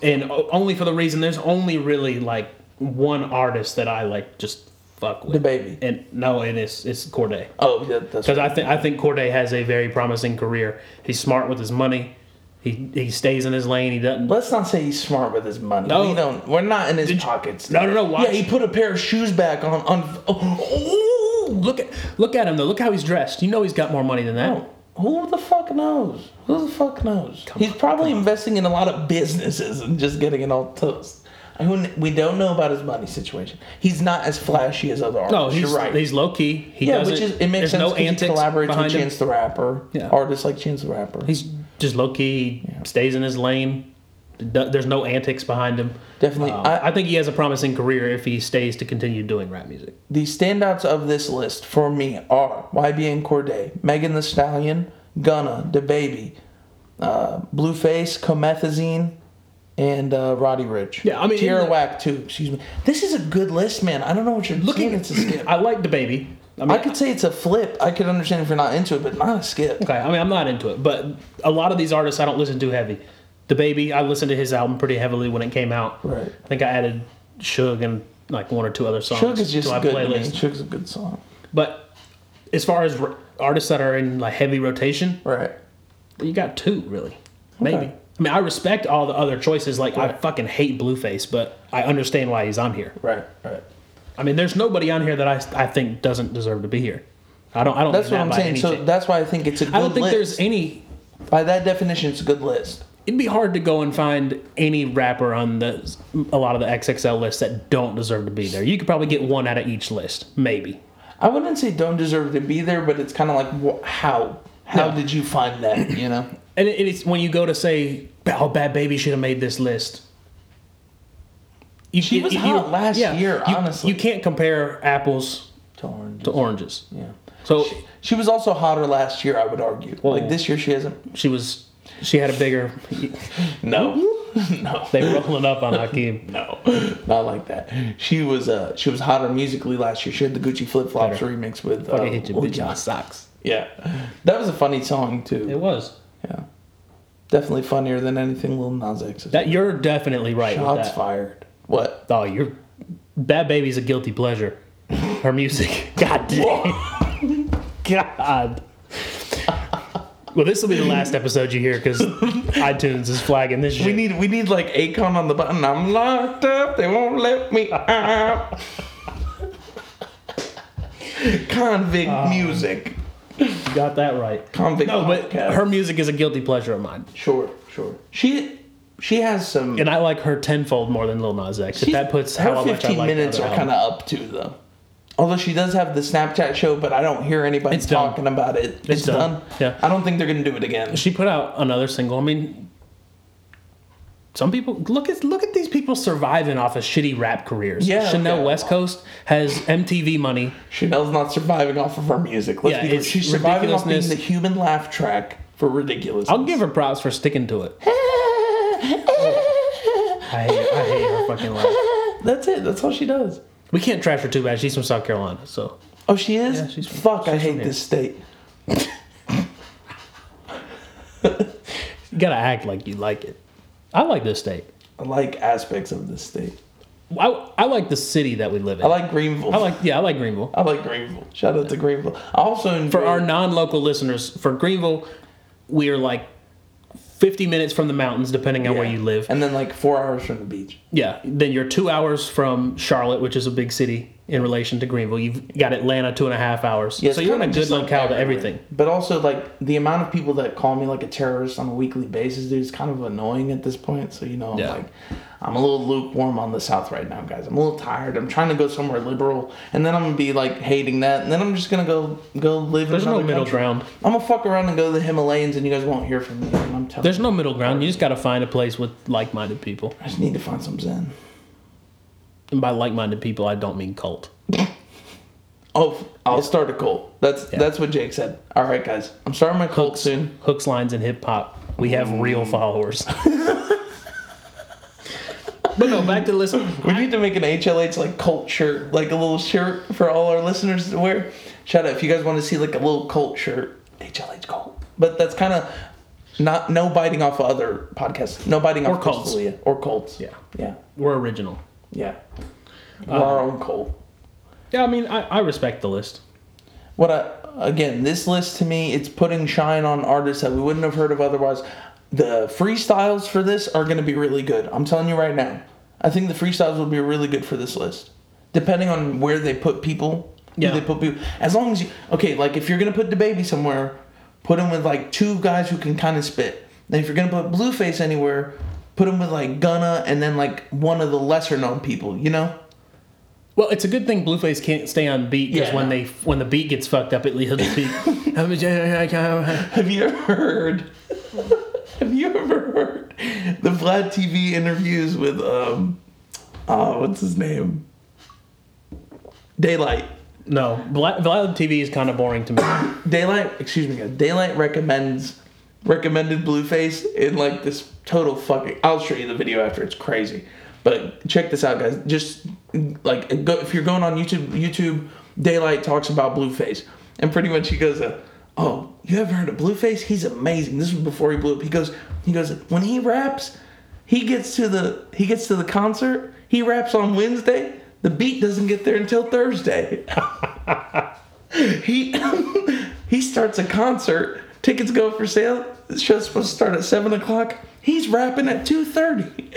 B: and o- only for the reason there's only really like one artist that I like just fuck with.
A: the baby.
B: And no, and it's it's Corday.
A: Oh, yeah, that's
B: Because I think I think Corday has a very promising career. He's smart with his money. He he stays in his lane. He doesn't.
A: Let's not say he's smart with his money.
B: No.
A: We don't. We're not in his
B: Did you-
A: pockets.
B: No, no, no, watch.
A: Yeah, he put a pair of shoes back on. On. Oh, oh,
B: Look at look at him though. Look how he's dressed. You know he's got more money than that.
A: Who the fuck knows? Who the fuck knows? He's
B: on,
A: probably investing in a lot of businesses and just getting it all toast. I wouldn't- we don't know about his money situation. He's not as flashy as other artists.
B: No, he's
A: You're right.
B: he's low key. He
A: yeah,
B: doesn't,
A: which is it makes
B: there's
A: sense.
B: No
A: 'cause he
B: antics
A: collaborates
B: behind
A: with
B: him.
A: Chance the Rapper.
B: Yeah.
A: Artists like Chance the Rapper.
B: He's just low key. Stays in his lane. Do- There's no antics behind him.
A: Definitely.
B: Um,
A: I,
B: I think he has a promising career if he stays to continue doing rap music.
A: The standouts of this list for me are YB and Corday, Megan the Stallion, Gunna, DaBaby, uh, Blueface, Comethazine, and uh, Roddy Rich.
B: Yeah, I mean,
A: Tierra
B: in the-
A: Whack too. Excuse me. This is a good list, man. I don't know what you're looking.
B: Looking-
A: Saying. It's a skip.
B: I like the baby. I mean,
A: I could say it's a flip. I could understand if you're not into it, but not a skip.
B: Okay, I mean, I'm not into it, but a lot of these artists I don't listen to heavy. The Baby, I listened to his album pretty heavily when it came out.
A: Right.
B: I think I added Suge and like one or two other songs
A: Chug is
B: to
A: just
B: my
A: good. to me.
B: playlist.
A: Chug's a good song.
B: But as far as r artists that are in like heavy rotation,
A: Right.
B: you got two really, maybe.
A: Okay.
B: I mean, I respect all the other choices. Like, I fucking hate Blueface, but I understand why he's on here.
A: Right. Right.
B: I mean, there's nobody on here that I, I think doesn't deserve to be here. I don't. I don't.
A: That's
B: mean
A: what
B: that
A: I'm
B: by
A: saying.
B: any
A: So
B: chance.
A: that's why I think it's a good
B: I don't think
A: list.
B: there's any
A: By that definition, it's a good list.
B: it'd be hard to go and find any rapper on the a lot of the XXL lists that don't deserve to be there. You could probably get one out of each list, maybe.
A: I wouldn't say don't deserve to be there, but it's kind of like wh- how how
B: No.
A: did you find that? You know,
B: And it, it's when you go to say, "Oh, Bad Baby should have made this list." You,
A: She was hot last year,
B: you-
A: honestly.
B: you can't compare apples
A: to orange.
B: to oranges.
A: Yeah,
B: So
A: she was also hotter last year. I would argue. like this year, she hasn't.
B: she was, she had a bigger.
A: No, no,
B: They rolling up on Hakeem.
A: no, not like that. She was uh she was hotter musically last year. She had the Gucci flip flops
B: Better.
A: remix with uh,
B: Fucking hit your bitch in the
A: Ugas.
B: socks.
A: Yeah, that was a funny song
B: It
A: too.
B: was.
A: Yeah, definitely funnier than anything Lil Nas X. has-
B: That you're definitely right. with
A: Shots
B: that.
A: fired. What?
B: Oh, you're Bad Baby's a guilty pleasure. Her music. God damn. God. Well, this will be the last episode you hear because iTunes is flagging this shit.
A: We need we need like Akon on the button. I'm locked up. They won't let me out. Convict music.
B: You got that right.
A: Convict.
B: Um, No, but
A: podcast.
B: her music is a guilty pleasure of mine,
A: sure, sure. She she has some.
B: and I like her tenfold more than Lil Nas X. If
A: she's-
B: that puts
A: her
B: how much I
A: 15
B: like
A: minutes are kind of
B: of.
A: up to though. Although she does have the Snapchat show, but I don't hear anybody
B: It's done.
A: talking about it. It's, done.
B: done. Yeah.
A: I don't think they're gonna do it again.
B: She put out another single. I mean, some people look at look at these people surviving off of shitty rap careers.
A: Yeah,
B: Chanel
A: okay.
B: West Coast has MTV money.
A: Chanel's not surviving off of her music. Let's
B: Yeah,
A: be clear.
B: it's
A: She's surviving off being
B: ridiculousness.
A: the human laugh track for ridiculous.
B: I'll give her props for sticking to it. I hate, I hate her fucking life.
A: That's it. That's all she does.
B: We can't trash her too bad. She's from South Carolina, so
A: Oh, she is.
B: Yeah, she's from-
A: Fuck, I
B: she's from
A: hate
B: here.
A: this state.
B: you gotta act like you like it. I like this state.
A: I like aspects of this state.
B: I, I like the city that we live in.
A: I like Greenville.
B: I like yeah, I like Greenville.
A: I like Greenville. Shout out to Greenville. I also enjoy,
B: For our non-local listeners, for Greenville, we are like 50 minutes from the mountains, depending on where you live.
A: and then like four hours from the beach.
B: Yeah, then you're two hours from Charlotte, which is a big city in relation to Greenville. You've got Atlanta two and a half hours.
A: Yeah, it's
B: so you're in a
A: kinda
B: good
A: just like
B: locale to
A: everywhere.
B: everything.
A: But also, like the amount of people that call me like a terrorist on a weekly basis, dude, is kind of annoying at this point. So you know, I'm
B: Yeah.
A: like, I'm a little lukewarm on the South right now, guys. I'm a little tired. I'm trying to go somewhere liberal, and then I'm gonna be like hating that, and then I'm just gonna go go live.
B: There's
A: in
B: no
A: another
B: middle
A: country.
B: ground.
A: I'm gonna fuck around and go to the Himalayas, and you guys won't hear from me. And I'm telling.
B: There's no middle ground. You just got to find a place with like minded people.
A: I just need to find some Zen.
B: And by like minded people, I don't mean cult.
A: Oh, I'll start a cult. That's that's what Jake said. All right, guys, I'm starting my cult soon.
B: Hooks, lines, and hip hop. We have
A: Mm.
B: real followers. but no, back to listen.
A: We need to make an HLH like cult shirt, like a little shirt for all our listeners to wear. Shout out if you guys want to see like a little cult shirt, HLH cult. But that's kind of not no biting off of other podcasts, no biting
B: Or
A: off
B: cults.
A: Crystallia. or cults.
B: Yeah. Uh,
A: yeah,
B: We're original.
A: yeah. We're our own cult.
B: Yeah, I mean, I, I respect the list.
A: What I, again? This list to me, it's putting shine on artists that we wouldn't have heard of otherwise. The freestyles for this are going to be really good. I'm telling you right now. I think the freestyles will be really good for this list, depending on where they put people. who
B: Yeah.
A: they put people. As long as you okay, like if you're going to put the baby somewhere, put him with like two guys who can kind of spit. Then if you're going to put Blueface anywhere, put him with like Gunna and then like one of the lesser known people. You know.
B: Well, it's a good thing Blueface can't stay on beat because
A: Yeah.
B: when they when the beat gets fucked up, it leaves the beat.
A: Have you ever heard? have you ever heard the Vlad TV interviews with um, uh, what's his name? Daylight.
B: No, Vlad, Vlad TV is kind of boring to me.
A: Daylight. Excuse me, guys. Daylight recommends recommended Blueface in like this total fucking. I'll show you the video after. It's crazy. But check this out, guys. Just like go, if you're going on YouTube, YouTube Daylight talks about Blueface, and pretty much he goes, uh, "Oh, you ever heard of Blueface? He's amazing." This was before he blew up. He goes, he goes when he raps, he gets to the he gets to the concert. He raps on Wednesday. The beat doesn't get there until Thursday. He he starts a concert. Tickets go for sale. The show's supposed to start at seven o'clock. He's rapping at two thirty.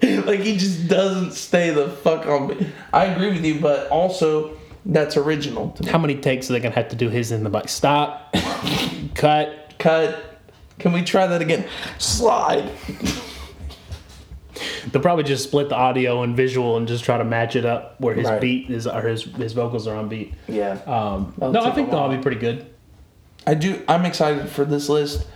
A: like he just doesn't stay the fuck on. me. I agree with you, but also that's original to me.
B: How many takes are they gonna have to do his in the bike? Stop, cut.
A: Cut. Can we try that again? Slide.
B: They'll probably just split the audio and visual and just try to match it up where his
A: Right.
B: beat is or his his vocals are on beat.
A: Yeah.
B: Um,
A: That'll
B: no, I
A: take a
B: think they'll all
A: while.
B: be pretty good.
A: I do. I'm excited for this list.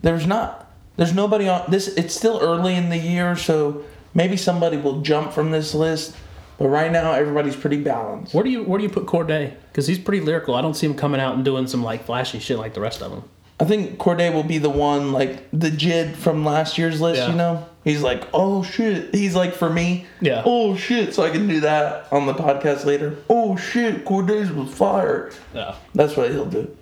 A: There's not. There's nobody on this. It's still early in the year, so maybe somebody will jump from this list. But right now, everybody's pretty balanced.
B: Where do you where do you put Corday? Because he's pretty lyrical. I don't see him coming out and doing some like flashy shit like the rest of them.
A: I think Corday will be the one, like the Jid from last year's list.
B: Yeah.
A: You know, he's like, oh shit. He's like for me.
B: Yeah.
A: Oh shit. So I can do that on the podcast later. Oh shit. Corday's was fire.
B: Yeah.
A: That's what he'll do.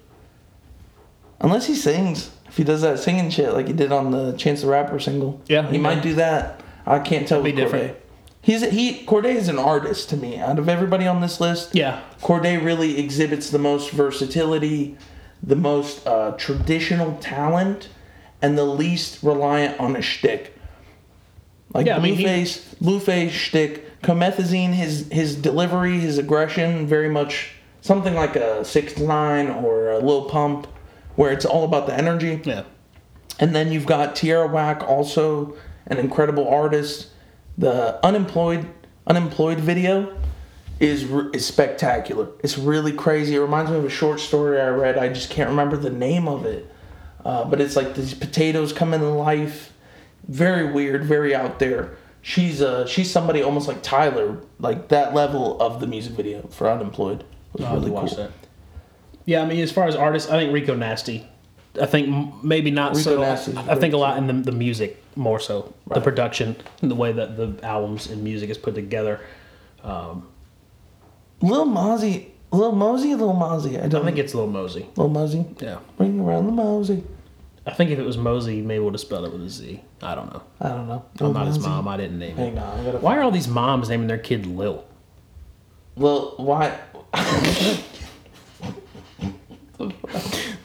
A: Unless he sings. If he does that singing shit like he did on the Chance the Rapper single.
B: Yeah,
A: He
B: he
A: might
B: might.
A: do that. I can't tell
B: Be
A: with Corday.
B: different.
A: He's he Corday is an artist to me. Out of everybody on this list,
B: Yeah.
A: Corday really exhibits the most versatility, the most uh, traditional talent, and the least reliant on a shtick. Like
B: Yeah, I mean, he-
A: Blueface, Blueface shtick, Comethazine, his his delivery, his aggression, very much something like a six nine or a Lil Pump, where it's all about the energy.
B: Yeah.
A: And then you've got Tierra Whack, also an incredible artist. The unemployed unemployed video is re- is spectacular. It's really crazy. It reminds me of a short story I read. I just can't remember the name of it, uh, but it's like these potatoes come into life. Very weird, very out there. She's uh she's somebody almost like Tyler, like that level of the music video for unemployed. It was
B: I'll have to
A: really cool.
B: watch that. Yeah, I mean, as far as artists, I think Rico Nasty. I think m- maybe not
A: Rico
B: so.
A: Nasty's
B: I
A: great,
B: think a lot in the, the music more so, the production and the way that the albums and music is put together.
A: Lil Mosey, Lil Mosey, Lil Mosey. I
B: I
A: don't
B: think it's Lil Mosey.
A: Lil Mosey.
B: Yeah,
A: Ring around the mosey.
B: I think if it was Mosey, maybe we'll just spell it with a Z. I don't know.
A: I don't know.
B: I'm not his mom. I didn't name it.
A: Hang on. I gotta
B: Oh, Why are all these moms naming their kid Lil?
A: Well, why?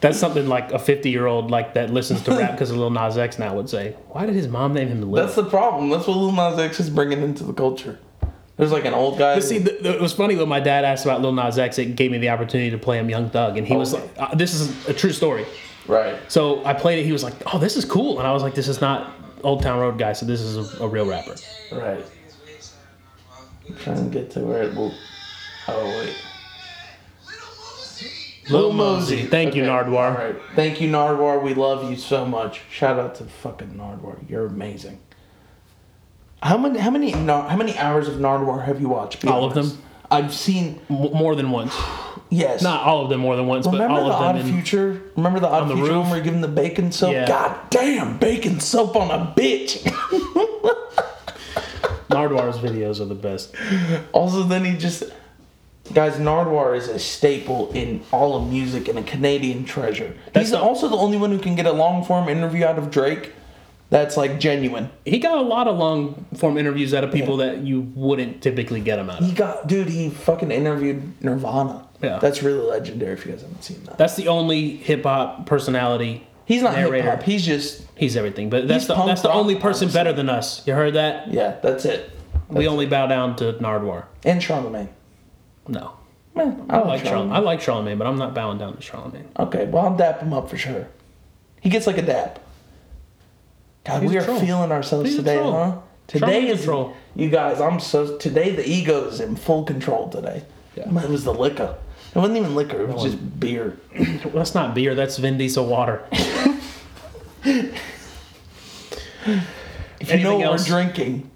B: That's something like a 50 year old like that listens to rap because of Lil Nas X now would say. Why did his mom name him Lil?
A: That's the problem. That's what Lil Nas X is bringing into the culture. There's like an old guy.
B: But see, th- th- it was funny when my dad asked about Lil Nas X. It gave me the opportunity to play him Young Thug, and he was
A: Okay.
B: like, uh, "This is a true story."
A: right.
B: So I played it. He was like, "Oh, this is cool," and I was like, "This is not Old Town Road guy. So this is a, a real rapper."
A: Right. I'm trying to get to where it will. Oh, wait.
B: Lil Mosey. Thank you,
A: All
B: Nardwar.
A: right. Thank you, Nardwar. We love you so much. Shout out to fucking Nardwar. You're amazing. How many how many Nar- how many hours of Nardwar have you watched? Be
B: All of
A: honest.
B: them?
A: I've seen
B: M- more than once.
A: yes.
B: Not all of them more than once,
A: Remember
B: but all
A: the
B: of
A: Odd
B: them. in-
A: Future? Remember the Odd
B: the
A: Future
B: roof?
A: when we were giving the bacon soap?
B: Yeah.
A: God damn, bacon soap on a bitch.
B: Nardwar's videos are the best.
A: Also, then he just. Guys, Nardwar is a staple in all of music and a Canadian treasure.
B: That's
A: He's
B: the-
A: also the only one who can get a long form interview out of Drake that's like genuine.
B: He got a lot of long form interviews out of people that you wouldn't typically get him out of.
A: He got. Dude, he fucking interviewed Nirvana.
B: Yeah.
A: That's really legendary if you guys haven't seen that.
B: That's the only hip hop personality.
A: He's not hip
B: narrator.
A: hop. He's just.
B: He's everything, but that's
A: He's
B: the,
A: punk
B: that's the
A: rock,
B: only person
A: honestly.
B: better than us. You heard that?
A: Yeah, that's it.
B: we only bow down to Nardwar.
A: And Charlemagne.
B: No,
A: Man,
B: I like Charlemagne. I like Charlemagne, but I'm not bowing down to Charlemagne.
A: Okay, well I'll dap him up for sure. He gets like a dap. God,
B: He's
A: we
B: a
A: are
B: troll.
A: feeling ourselves
B: He's a
A: today,
B: troll.
A: huh? Today
B: Charlemagne's a
A: is
B: troll.
A: you guys. I'm so today the ego is in full control today.
B: Yeah.
A: Man, It was the liquor. It wasn't even liquor. It was just beer.
B: That's not beer. That's Vin Diesel water.
A: If you know what
B: Anything
A: we're
B: else?
A: drinking,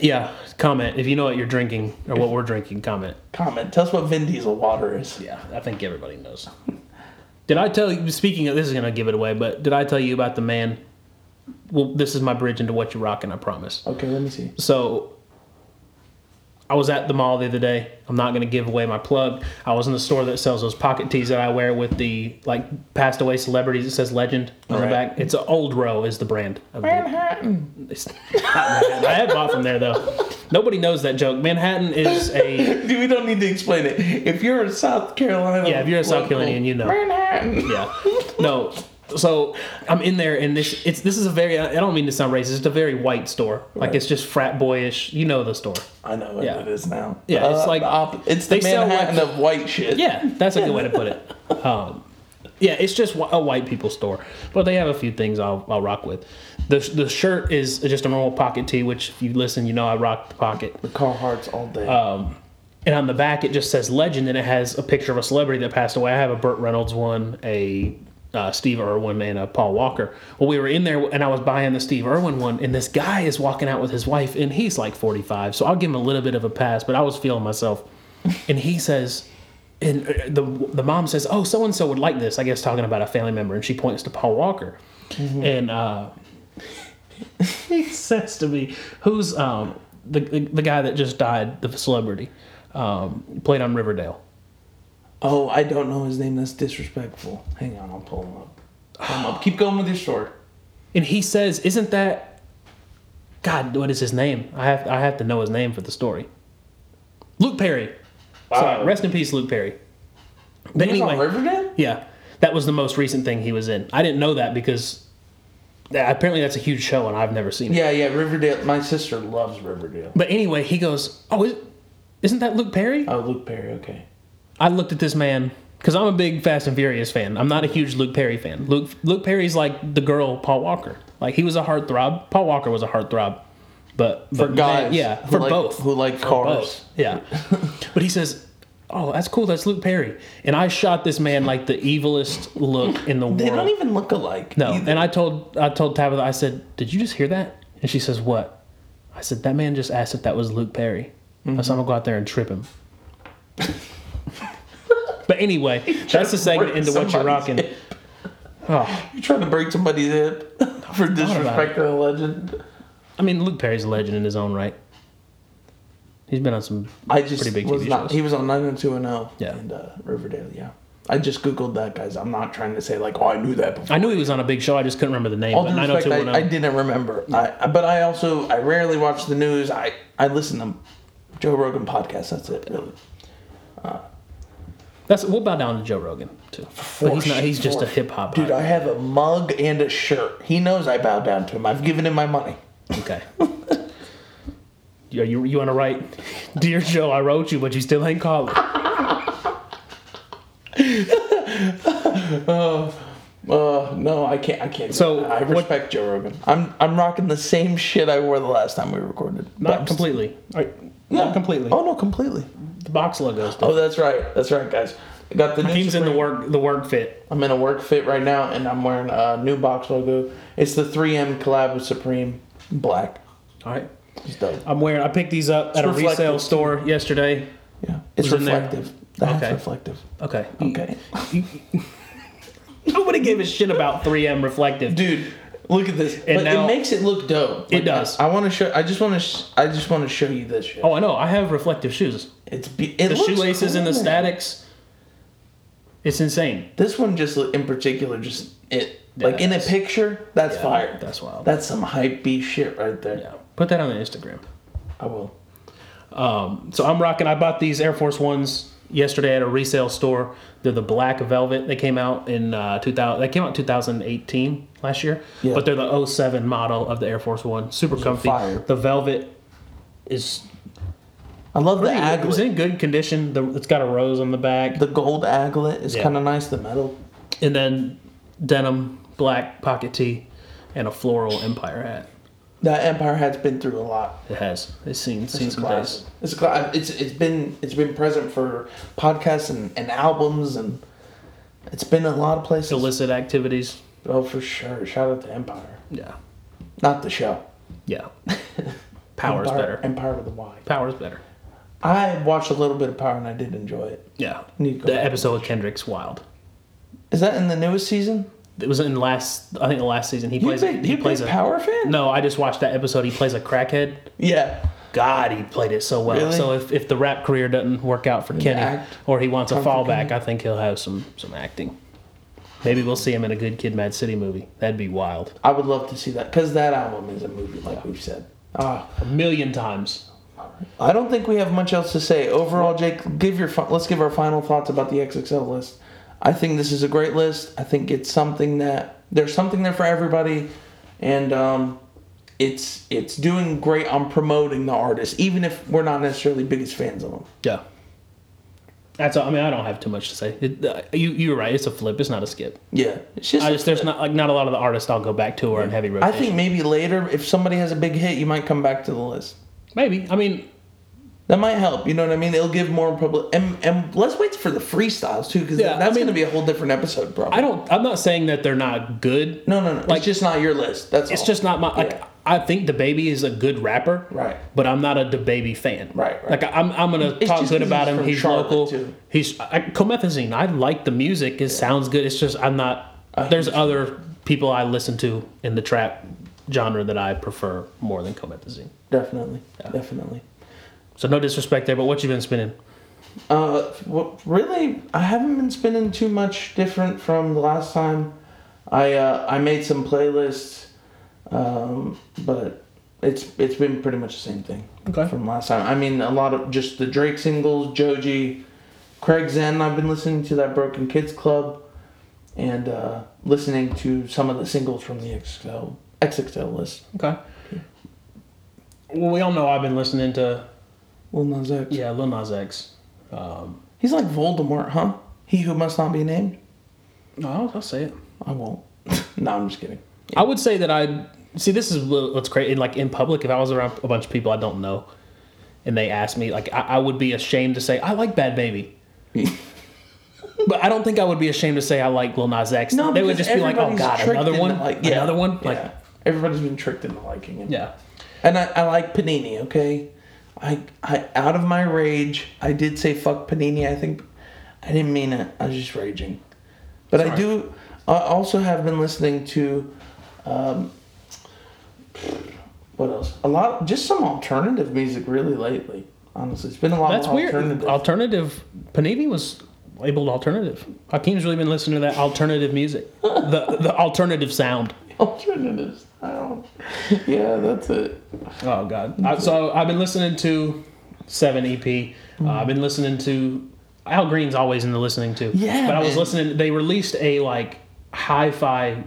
B: yeah, comment if you know what you're drinking or what we're drinking. Comment.
A: comment. Tell us what Vin Diesel water is.
B: Yeah, I think everybody knows. Did I tell you? Speaking of this, is gonna give it away, but did I tell you about the man? Well, this is my bridge into what you're rocking. I promise.
A: Okay, let me see.
B: So I was at the mall the other day. I'm not going to give away my plug. I was in the store that sells those pocket tees that I wear with the like passed away celebrities. It says legend on the
A: Right.
B: back. It's a Old Row is the brand. Of the,
A: Manhattan.
B: it's not Manhattan. I had bought from there though. Nobody knows that joke. Manhattan is a
A: Dude, we don't need to explain it. If you're in South Carolina,
B: Yeah, if you're a South
A: local-
B: Carolinian, you know.
A: Manhattan.
B: yeah. No. So I'm in there and this it's this is a very I don't mean to sound racist. It's a very white store. Like
A: Right.
B: it's just frat boyish. You know the store.
A: I know what
B: Yeah.
A: it is now.
B: Yeah, it's
A: Uh,
B: like-
A: the op- it's the
B: they sell,
A: Manhattan
B: like-
A: of white shit.
B: Yeah, that's a good way to put it. Um, yeah, it's just wh- a white people store, but they have a few things I'll, I'll rock with. The the shirt is just a normal pocket tee, which if you listen, you know I rock the pocket.
A: Carhartts all day.
B: Um, and on the back, it just says legend, and it has a picture of a celebrity that passed away. I have a Burt Reynolds one, a uh, Steve Irwin, and a Paul Walker. Well, we were in there, and I was buying the Steve Irwin one, and this guy is walking out with his wife, and he's like 45, so I'll give him a little bit of a pass, but I was feeling myself. And he says, and uh, the the mom says, "Oh, so and so would like this." I guess talking about a family member, and she points to Paul Walker, and. uh he says to me, "Who's um the the, the guy that just died, the celebrity, um, played on Riverdale?"
A: oh, I don't know his name. That's disrespectful. Hang on, I'll pull him up. Pull him up. Keep going with your story.
B: And he says, "Isn't that God? What is his name? I have I have to know his name for the story." Luke Perry. Sorry, rest in peace, Luke Perry. But
A: He was on
B: anyway,
A: Riverdale?
B: yeah, that was the most recent thing he was in. I didn't know that because that, apparently that's a huge show and I've never seen it.
A: Yeah, yeah, Riverdale. My sister loves Riverdale.
B: But anyway, he goes, "Oh, is, isn't that Luke Perry?"
A: Oh, Luke Perry. Okay.
B: I looked at this man because I'm a big Fast and Furious fan. I'm not a huge Luke Perry fan. Luke Luke Perry's like the girl Paul Walker. Like he was a heartthrob. Paul Walker was a heartthrob, but, but
A: For guys,
B: man, yeah,
A: who
B: for
A: like-
B: both,
A: who like
B: For
A: cars.
B: both, yeah. but he says, "Oh, that's cool. That's Luke Perry." And I shot this man like the evilest look in the
A: They
B: world.
A: don't even look alike.
B: No.
A: either.
B: And I told I told Tabitha, I said, Did you just hear that? And she says, What? I said, That man just asked if that was Luke Perry. I said, I'm gonna go out there and trip him. but anyway, that's the segment
A: break
B: into what you're
A: somebody's
B: rocking. Oh,
A: You're trying to break somebody's hip for disrespecting a legend.
B: I mean Luke Perry's a legend in his own right. He's been on some
A: I just
B: pretty big
A: was
B: TV
A: not.
B: shows.
A: He was on 90210
B: Yeah.
A: and uh, Riverdale. Yeah. I just googled that, guys. I'm not trying to say like, oh, I knew that before.
B: I knew he was on a big show, I just couldn't remember the name.
A: all
B: but
A: due respect, I, I
B: 90210.
A: didn't remember. I, but I also I rarely watch the news. I I listen to Joe Rogan podcast. That's it. Really. Uh,
B: That's we'll bow down to Joe Rogan too. But he's not. He's just a hip hop.
A: Dude, I have a mug and a shirt. He knows I bow down to him. I've given him my money.
B: Okay. Yeah, you you want to write, dear Joe? I wrote you, but you still ain't called.
A: Uh, no, I can't. I can't. do
B: So,
A: that. I
B: what-
A: respect Joe Rogan. I'm I'm rocking the same shit I wore the last time we recorded. But
B: Not
A: I'm-
B: completely. All right.
A: Yeah.
B: Not completely.
A: Oh no, completely.
B: The box logos.
A: Oh, that's right. That's right, guys. I got the new
B: Team's in the
A: Supreme-
B: work. The work fit.
A: I'm in a work fit right now, and I'm wearing a new box logo. It's the 3M collab with Supreme black.
B: All right.
A: It's dope.
B: I'm wearing. I picked these up at a
A: reflective,
B: resale
A: too.
B: store yesterday.
A: Yeah, it's
B: Was in there.
A: reflective. That's
B: Okay.
A: reflective.
B: Okay.
A: Okay,
B: Nobody gave a shit about 3M reflective.
A: dude, look at this.
B: And
A: but
B: now-
A: it makes it look dope.
B: It does.
A: I, want to show. I just want to. Sh- I just want to show you this shit.
B: Oh, I know. I have reflective shoes.
A: It's be- it
B: The
A: looks
B: shoelaces and the
A: cool.
B: statics. It's insane.
A: This one just look- in particular, just it like in a
B: Yes.
A: picture. That's
B: Yeah,
A: fire.
B: that's wild.
A: That's some hype b shit right there.
B: Yeah. Put that on the Instagram.
A: I will.
B: Um, so I'm rocking. I bought these Air Force Ones yesterday at a resale store. They're the black velvet. They came out in uh, 2000. They came out in 2018 last year.
A: Yeah.
B: But they're the 07 model of the Air Force One. Super comfy.
A: fire.
B: The velvet is
A: I love the
B: it was
A: aglet.
B: in good condition. The, it's got a rose on the back,
A: The gold aglet is
B: Yeah.
A: kind of nice. The metal.
B: and then denim black pocket tee, and a floral Empire hat.
A: That Empire hat's been through a lot.
B: It has. It's seen seen
A: It's a
B: some
A: class.
B: days.
A: It's a cla- It's it's been it's been present for podcasts and, and albums and it's been a lot of places.
B: Illicit activities.
A: oh, for sure. Shout out to Empire,
B: Yeah.
A: not the show.
B: Yeah. Power's
A: Empire,
B: better.
A: Empire with a Y.
B: Power's better.
A: I watched a little bit of Power and I did enjoy it.
B: Yeah.
A: Need to go
B: The
A: back.
B: episode with Kendrick's wild.
A: Is that in the newest season?
B: It was in last. I think the last season he
A: You
B: plays.
A: big,
B: he
A: you
B: plays
A: big
B: a.
A: Power fan?
B: No, I just watched that episode. He plays a crackhead.
A: Yeah.
B: God, he played it so well.
A: Really?
B: So if, if the rap career doesn't work out for Kenny,
A: act-
B: or he wants a
A: come for
B: fallback,
A: Kenny.
B: I think he'll have some some acting. Maybe we'll see him in a Good Kid, Mad City movie. That'd be wild.
A: I would love to see that because that album is a movie, like we've said. Ah,
B: A million times.
A: I don't think we have much else to say. Overall, Jake, give your fi- let's give our final thoughts about the XXL list. I think this is a great list. I think it's something that there's something there for everybody, and um, it's it's doing great on promoting the artist, even if we're not necessarily biggest fans of them.
B: Yeah. That's. All, I mean, I don't have too much to say. It, uh, you you're right. It's a flip. It's not a skip.
A: Yeah, it's just.
B: I just there's not like not a lot of the artists I'll go back to or in heavy rotation.
A: I think maybe later, if somebody has a big hit, you might come back to the list.
B: maybe. I mean,
A: That might help. You know what I mean? It'll give more public. And, and let's wait for the freestyles too, because
B: Yeah, I
A: that's
B: mean-
A: going to be a whole different episode, probably.
B: I don't. I'm not saying that they're not good.
A: No, no, no.
B: Like-
A: it's just not your list. That's
B: It's
A: all.
B: just not my. Like,
A: Yeah.
B: I think the baby is a good rapper.
A: Right.
B: But I'm not a the baby fan.
A: Right, right.
B: Like I'm. I'm gonna
A: It's
B: talk
A: just
B: good
A: 'cause
B: about
A: he's
B: him.
A: from
B: He's
A: Charlotte,
B: local.
A: too.
B: He's I, Comethazine. I like the music. It sounds good. It's just I'm not. there's other people I listen to in the trap genre that I prefer more than Comethazine.
A: Definitely, definitely.
B: So no disrespect there, but what you been spinning?
A: Uh, well, really, I haven't been spinning too much different from the last time. I uh, I made some playlists, um, but it's it's been pretty much the same thing
B: Okay.
A: from last time. I mean, a lot of just the Drake singles, Joji, Craig Zen. I've been listening to that Broken Kids Club, and uh, listening to some of the singles from the XXL XXL list.
B: Okay. Well, we all know I've been listening to
A: Lil Nas X.
B: yeah Lil Nas X. Um,
A: He's like Voldemort, huh? He who must not be named.
B: no, I'll, I'll say it.
A: I won't. no, I'm just kidding.
B: I would say that I see. This is wha- what's crazy. Like in public, if I was around a bunch of people I don't know, and they asked me, like, I, I would be ashamed to say I like Bad Baby. but I don't think I would be ashamed to say I like Lil Nas X.
A: No,
B: they would
A: because
B: just be like, "Oh
A: everybody's
B: God,
A: tricked
B: another
A: into
B: one,
A: like- yeah,
B: another one." Like,
A: yeah. everybody's been tricked into liking him.
B: yeah,
A: and I, I like Panini. Okay, I I out of my rage, I did say fuck Panini. I think I didn't mean it. I was just raging. But I
B: Sorry.
A: do. I also have been listening to, um, what else? A lot, just some alternative music really lately. Honestly, it's been a lot.
B: that's
A: of
B: weird.
A: alternative.
B: Alternative. Panini was labeled alternative. Hakeem's really been listening to that alternative music, the the alternative sound.
A: alternatives. I don't. Yeah, that's it.
B: Oh E God! I, so I've been listening to Seven EP. Uh, I've been listening to. I- Al Green's always in the listening too.
A: Yeah,
B: But I was
A: man.
B: listening. They released a like hi-fi,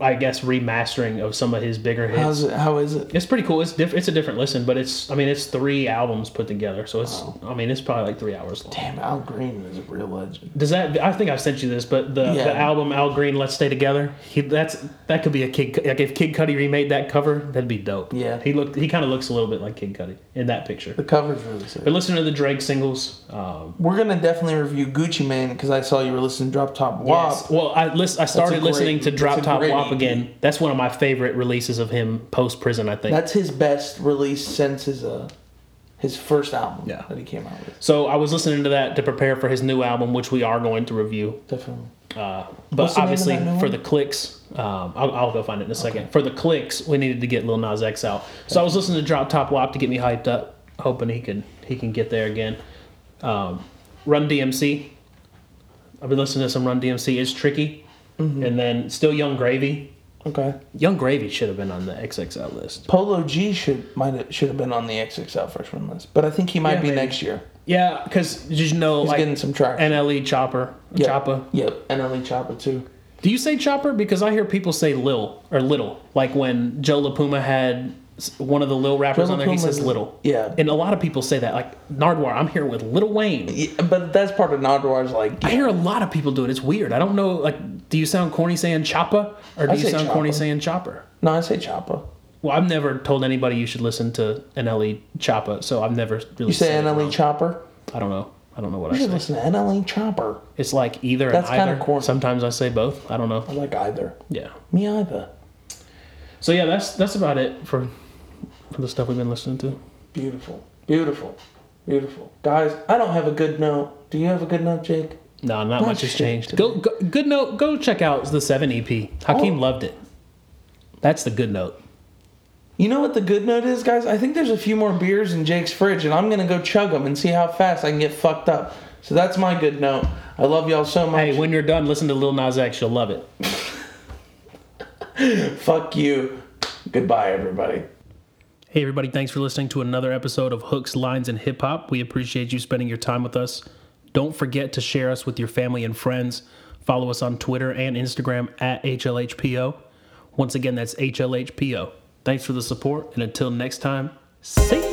B: I guess, remastering of some of his bigger hits.
A: How's it? How is it?
B: It's pretty cool. It's diff- It's a different listen, but it's. I mean, it's three albums put together, so it's.
A: Oh.
B: I mean, it's probably like three hours long.
A: Damn, Al Green is a real legend.
B: Does that? I think I've sent you this, but the,
A: Yeah.
B: the album Al Green, Let's Stay Together. He that's that could be a kid. Like if Kid Cudi remade that cover, that'd be dope.
A: Yeah.
B: He looked. He kind of looks a little bit like Kid Cudi in that picture.
A: The cover's really sick.
B: But listen to the Drake singles. Um,
A: We're gonna definitely review Gucci Mane because I saw you were listening to Drop Top Wop.
B: yes. Well, I list, I started
A: great-
B: listening to
A: that's
B: Drop
A: a
B: Top
A: great
B: Wop
A: EP.
B: again. That's one of my favorite releases of him post prison. I think.
A: That's his best release since his uh his first album
B: Yeah.
A: that he came out with.
B: so I was listening to that to prepare for his new album, which we are going to review.
A: Definitely.
B: Uh,
A: What's the
B: but
A: name of
B: obviously,
A: that new
B: for
A: one?
B: the clicks, um, I'll, I'll go find it in a second. For the clicks, we needed to get Lil Nas X out. So I was listening to Drop Top Wop to get me hyped up, hoping he can he can get there again. Um, Run DMC. I've been listening to some Run DMC. It's tricky, and then still Young Gravy.
A: Okay.
B: Mm-hmm. Young Gravy should have been on the XXL list.
A: Polo G should might have, should have been on the XXL freshman list, but I think he might
B: Yeah,
A: be
B: maybe.
A: next year.
B: Yeah, because did you know
A: He's
B: like
A: getting some traction.
B: NLE Chopper
A: Yep.
B: Choppa?
A: Yep. NLE Chopper too.
B: Do you say chopper? Because I hear people say lil or little. Like when Joe LaPuma had s- one of the lil rappers
A: Joe
B: on there, he
A: LaPuma
B: says
A: is-
B: little.
A: yeah.
B: And a lot of people say that. Like Nardwar, I'm here with Lil Wayne.
A: Yeah, but that's part of Nardwar's like
B: I hear a lot of people do it. It's weird. I don't know. Like, do you sound corny saying chopper or do
A: I
B: you
A: say
B: sound corny
A: chopper.
B: saying chopper?
A: no, I say Chopper.
B: Well, I've never told anybody you should listen to NLE Chopper, so I've never really.
A: You say E
B: said it
A: NLE
B: wrong.
A: Chopper.
B: I don't know. I don't know what I
A: You should
B: say.
A: listen to NLE Chopper.
B: It's like either
A: That's
B: and
A: kinda
B: either.
A: corny.
B: Sometimes I say both. I don't
A: I
B: know.
A: like either.
B: Yeah.
A: Me either.
B: So yeah, that's that's about it for for the stuff we've been listening to.
A: Beautiful. Beautiful. Beautiful. Guys, I don't have a good note. Do you have a good note, Jake?
B: No, not much has
A: shit
B: changed.
A: today.
B: Go, go, good note. Go check out the seven EP. Hakeem
A: Oh.
B: loved it. That's the good note.
A: You know what the good note is, guys? I think there's a few more beers in Jake's fridge, and I'm gonna go chug them and see how fast I can get fucked up. So that's my good note. I love y'all so much.
B: Hey, when you're done, listen to Lil Nas X. You'll love it.
A: Fuck you. Goodbye, everybody.
B: Hey, everybody! Thanks for listening to another episode of Hooks, Lines, and Hip Hop. We appreciate you spending your time with us. Don't forget to share us with your family and friends. Follow us on Twitter and Instagram at HLHPO. Once again, that's HLHPO. Thanks for the support, and until next time, see ya.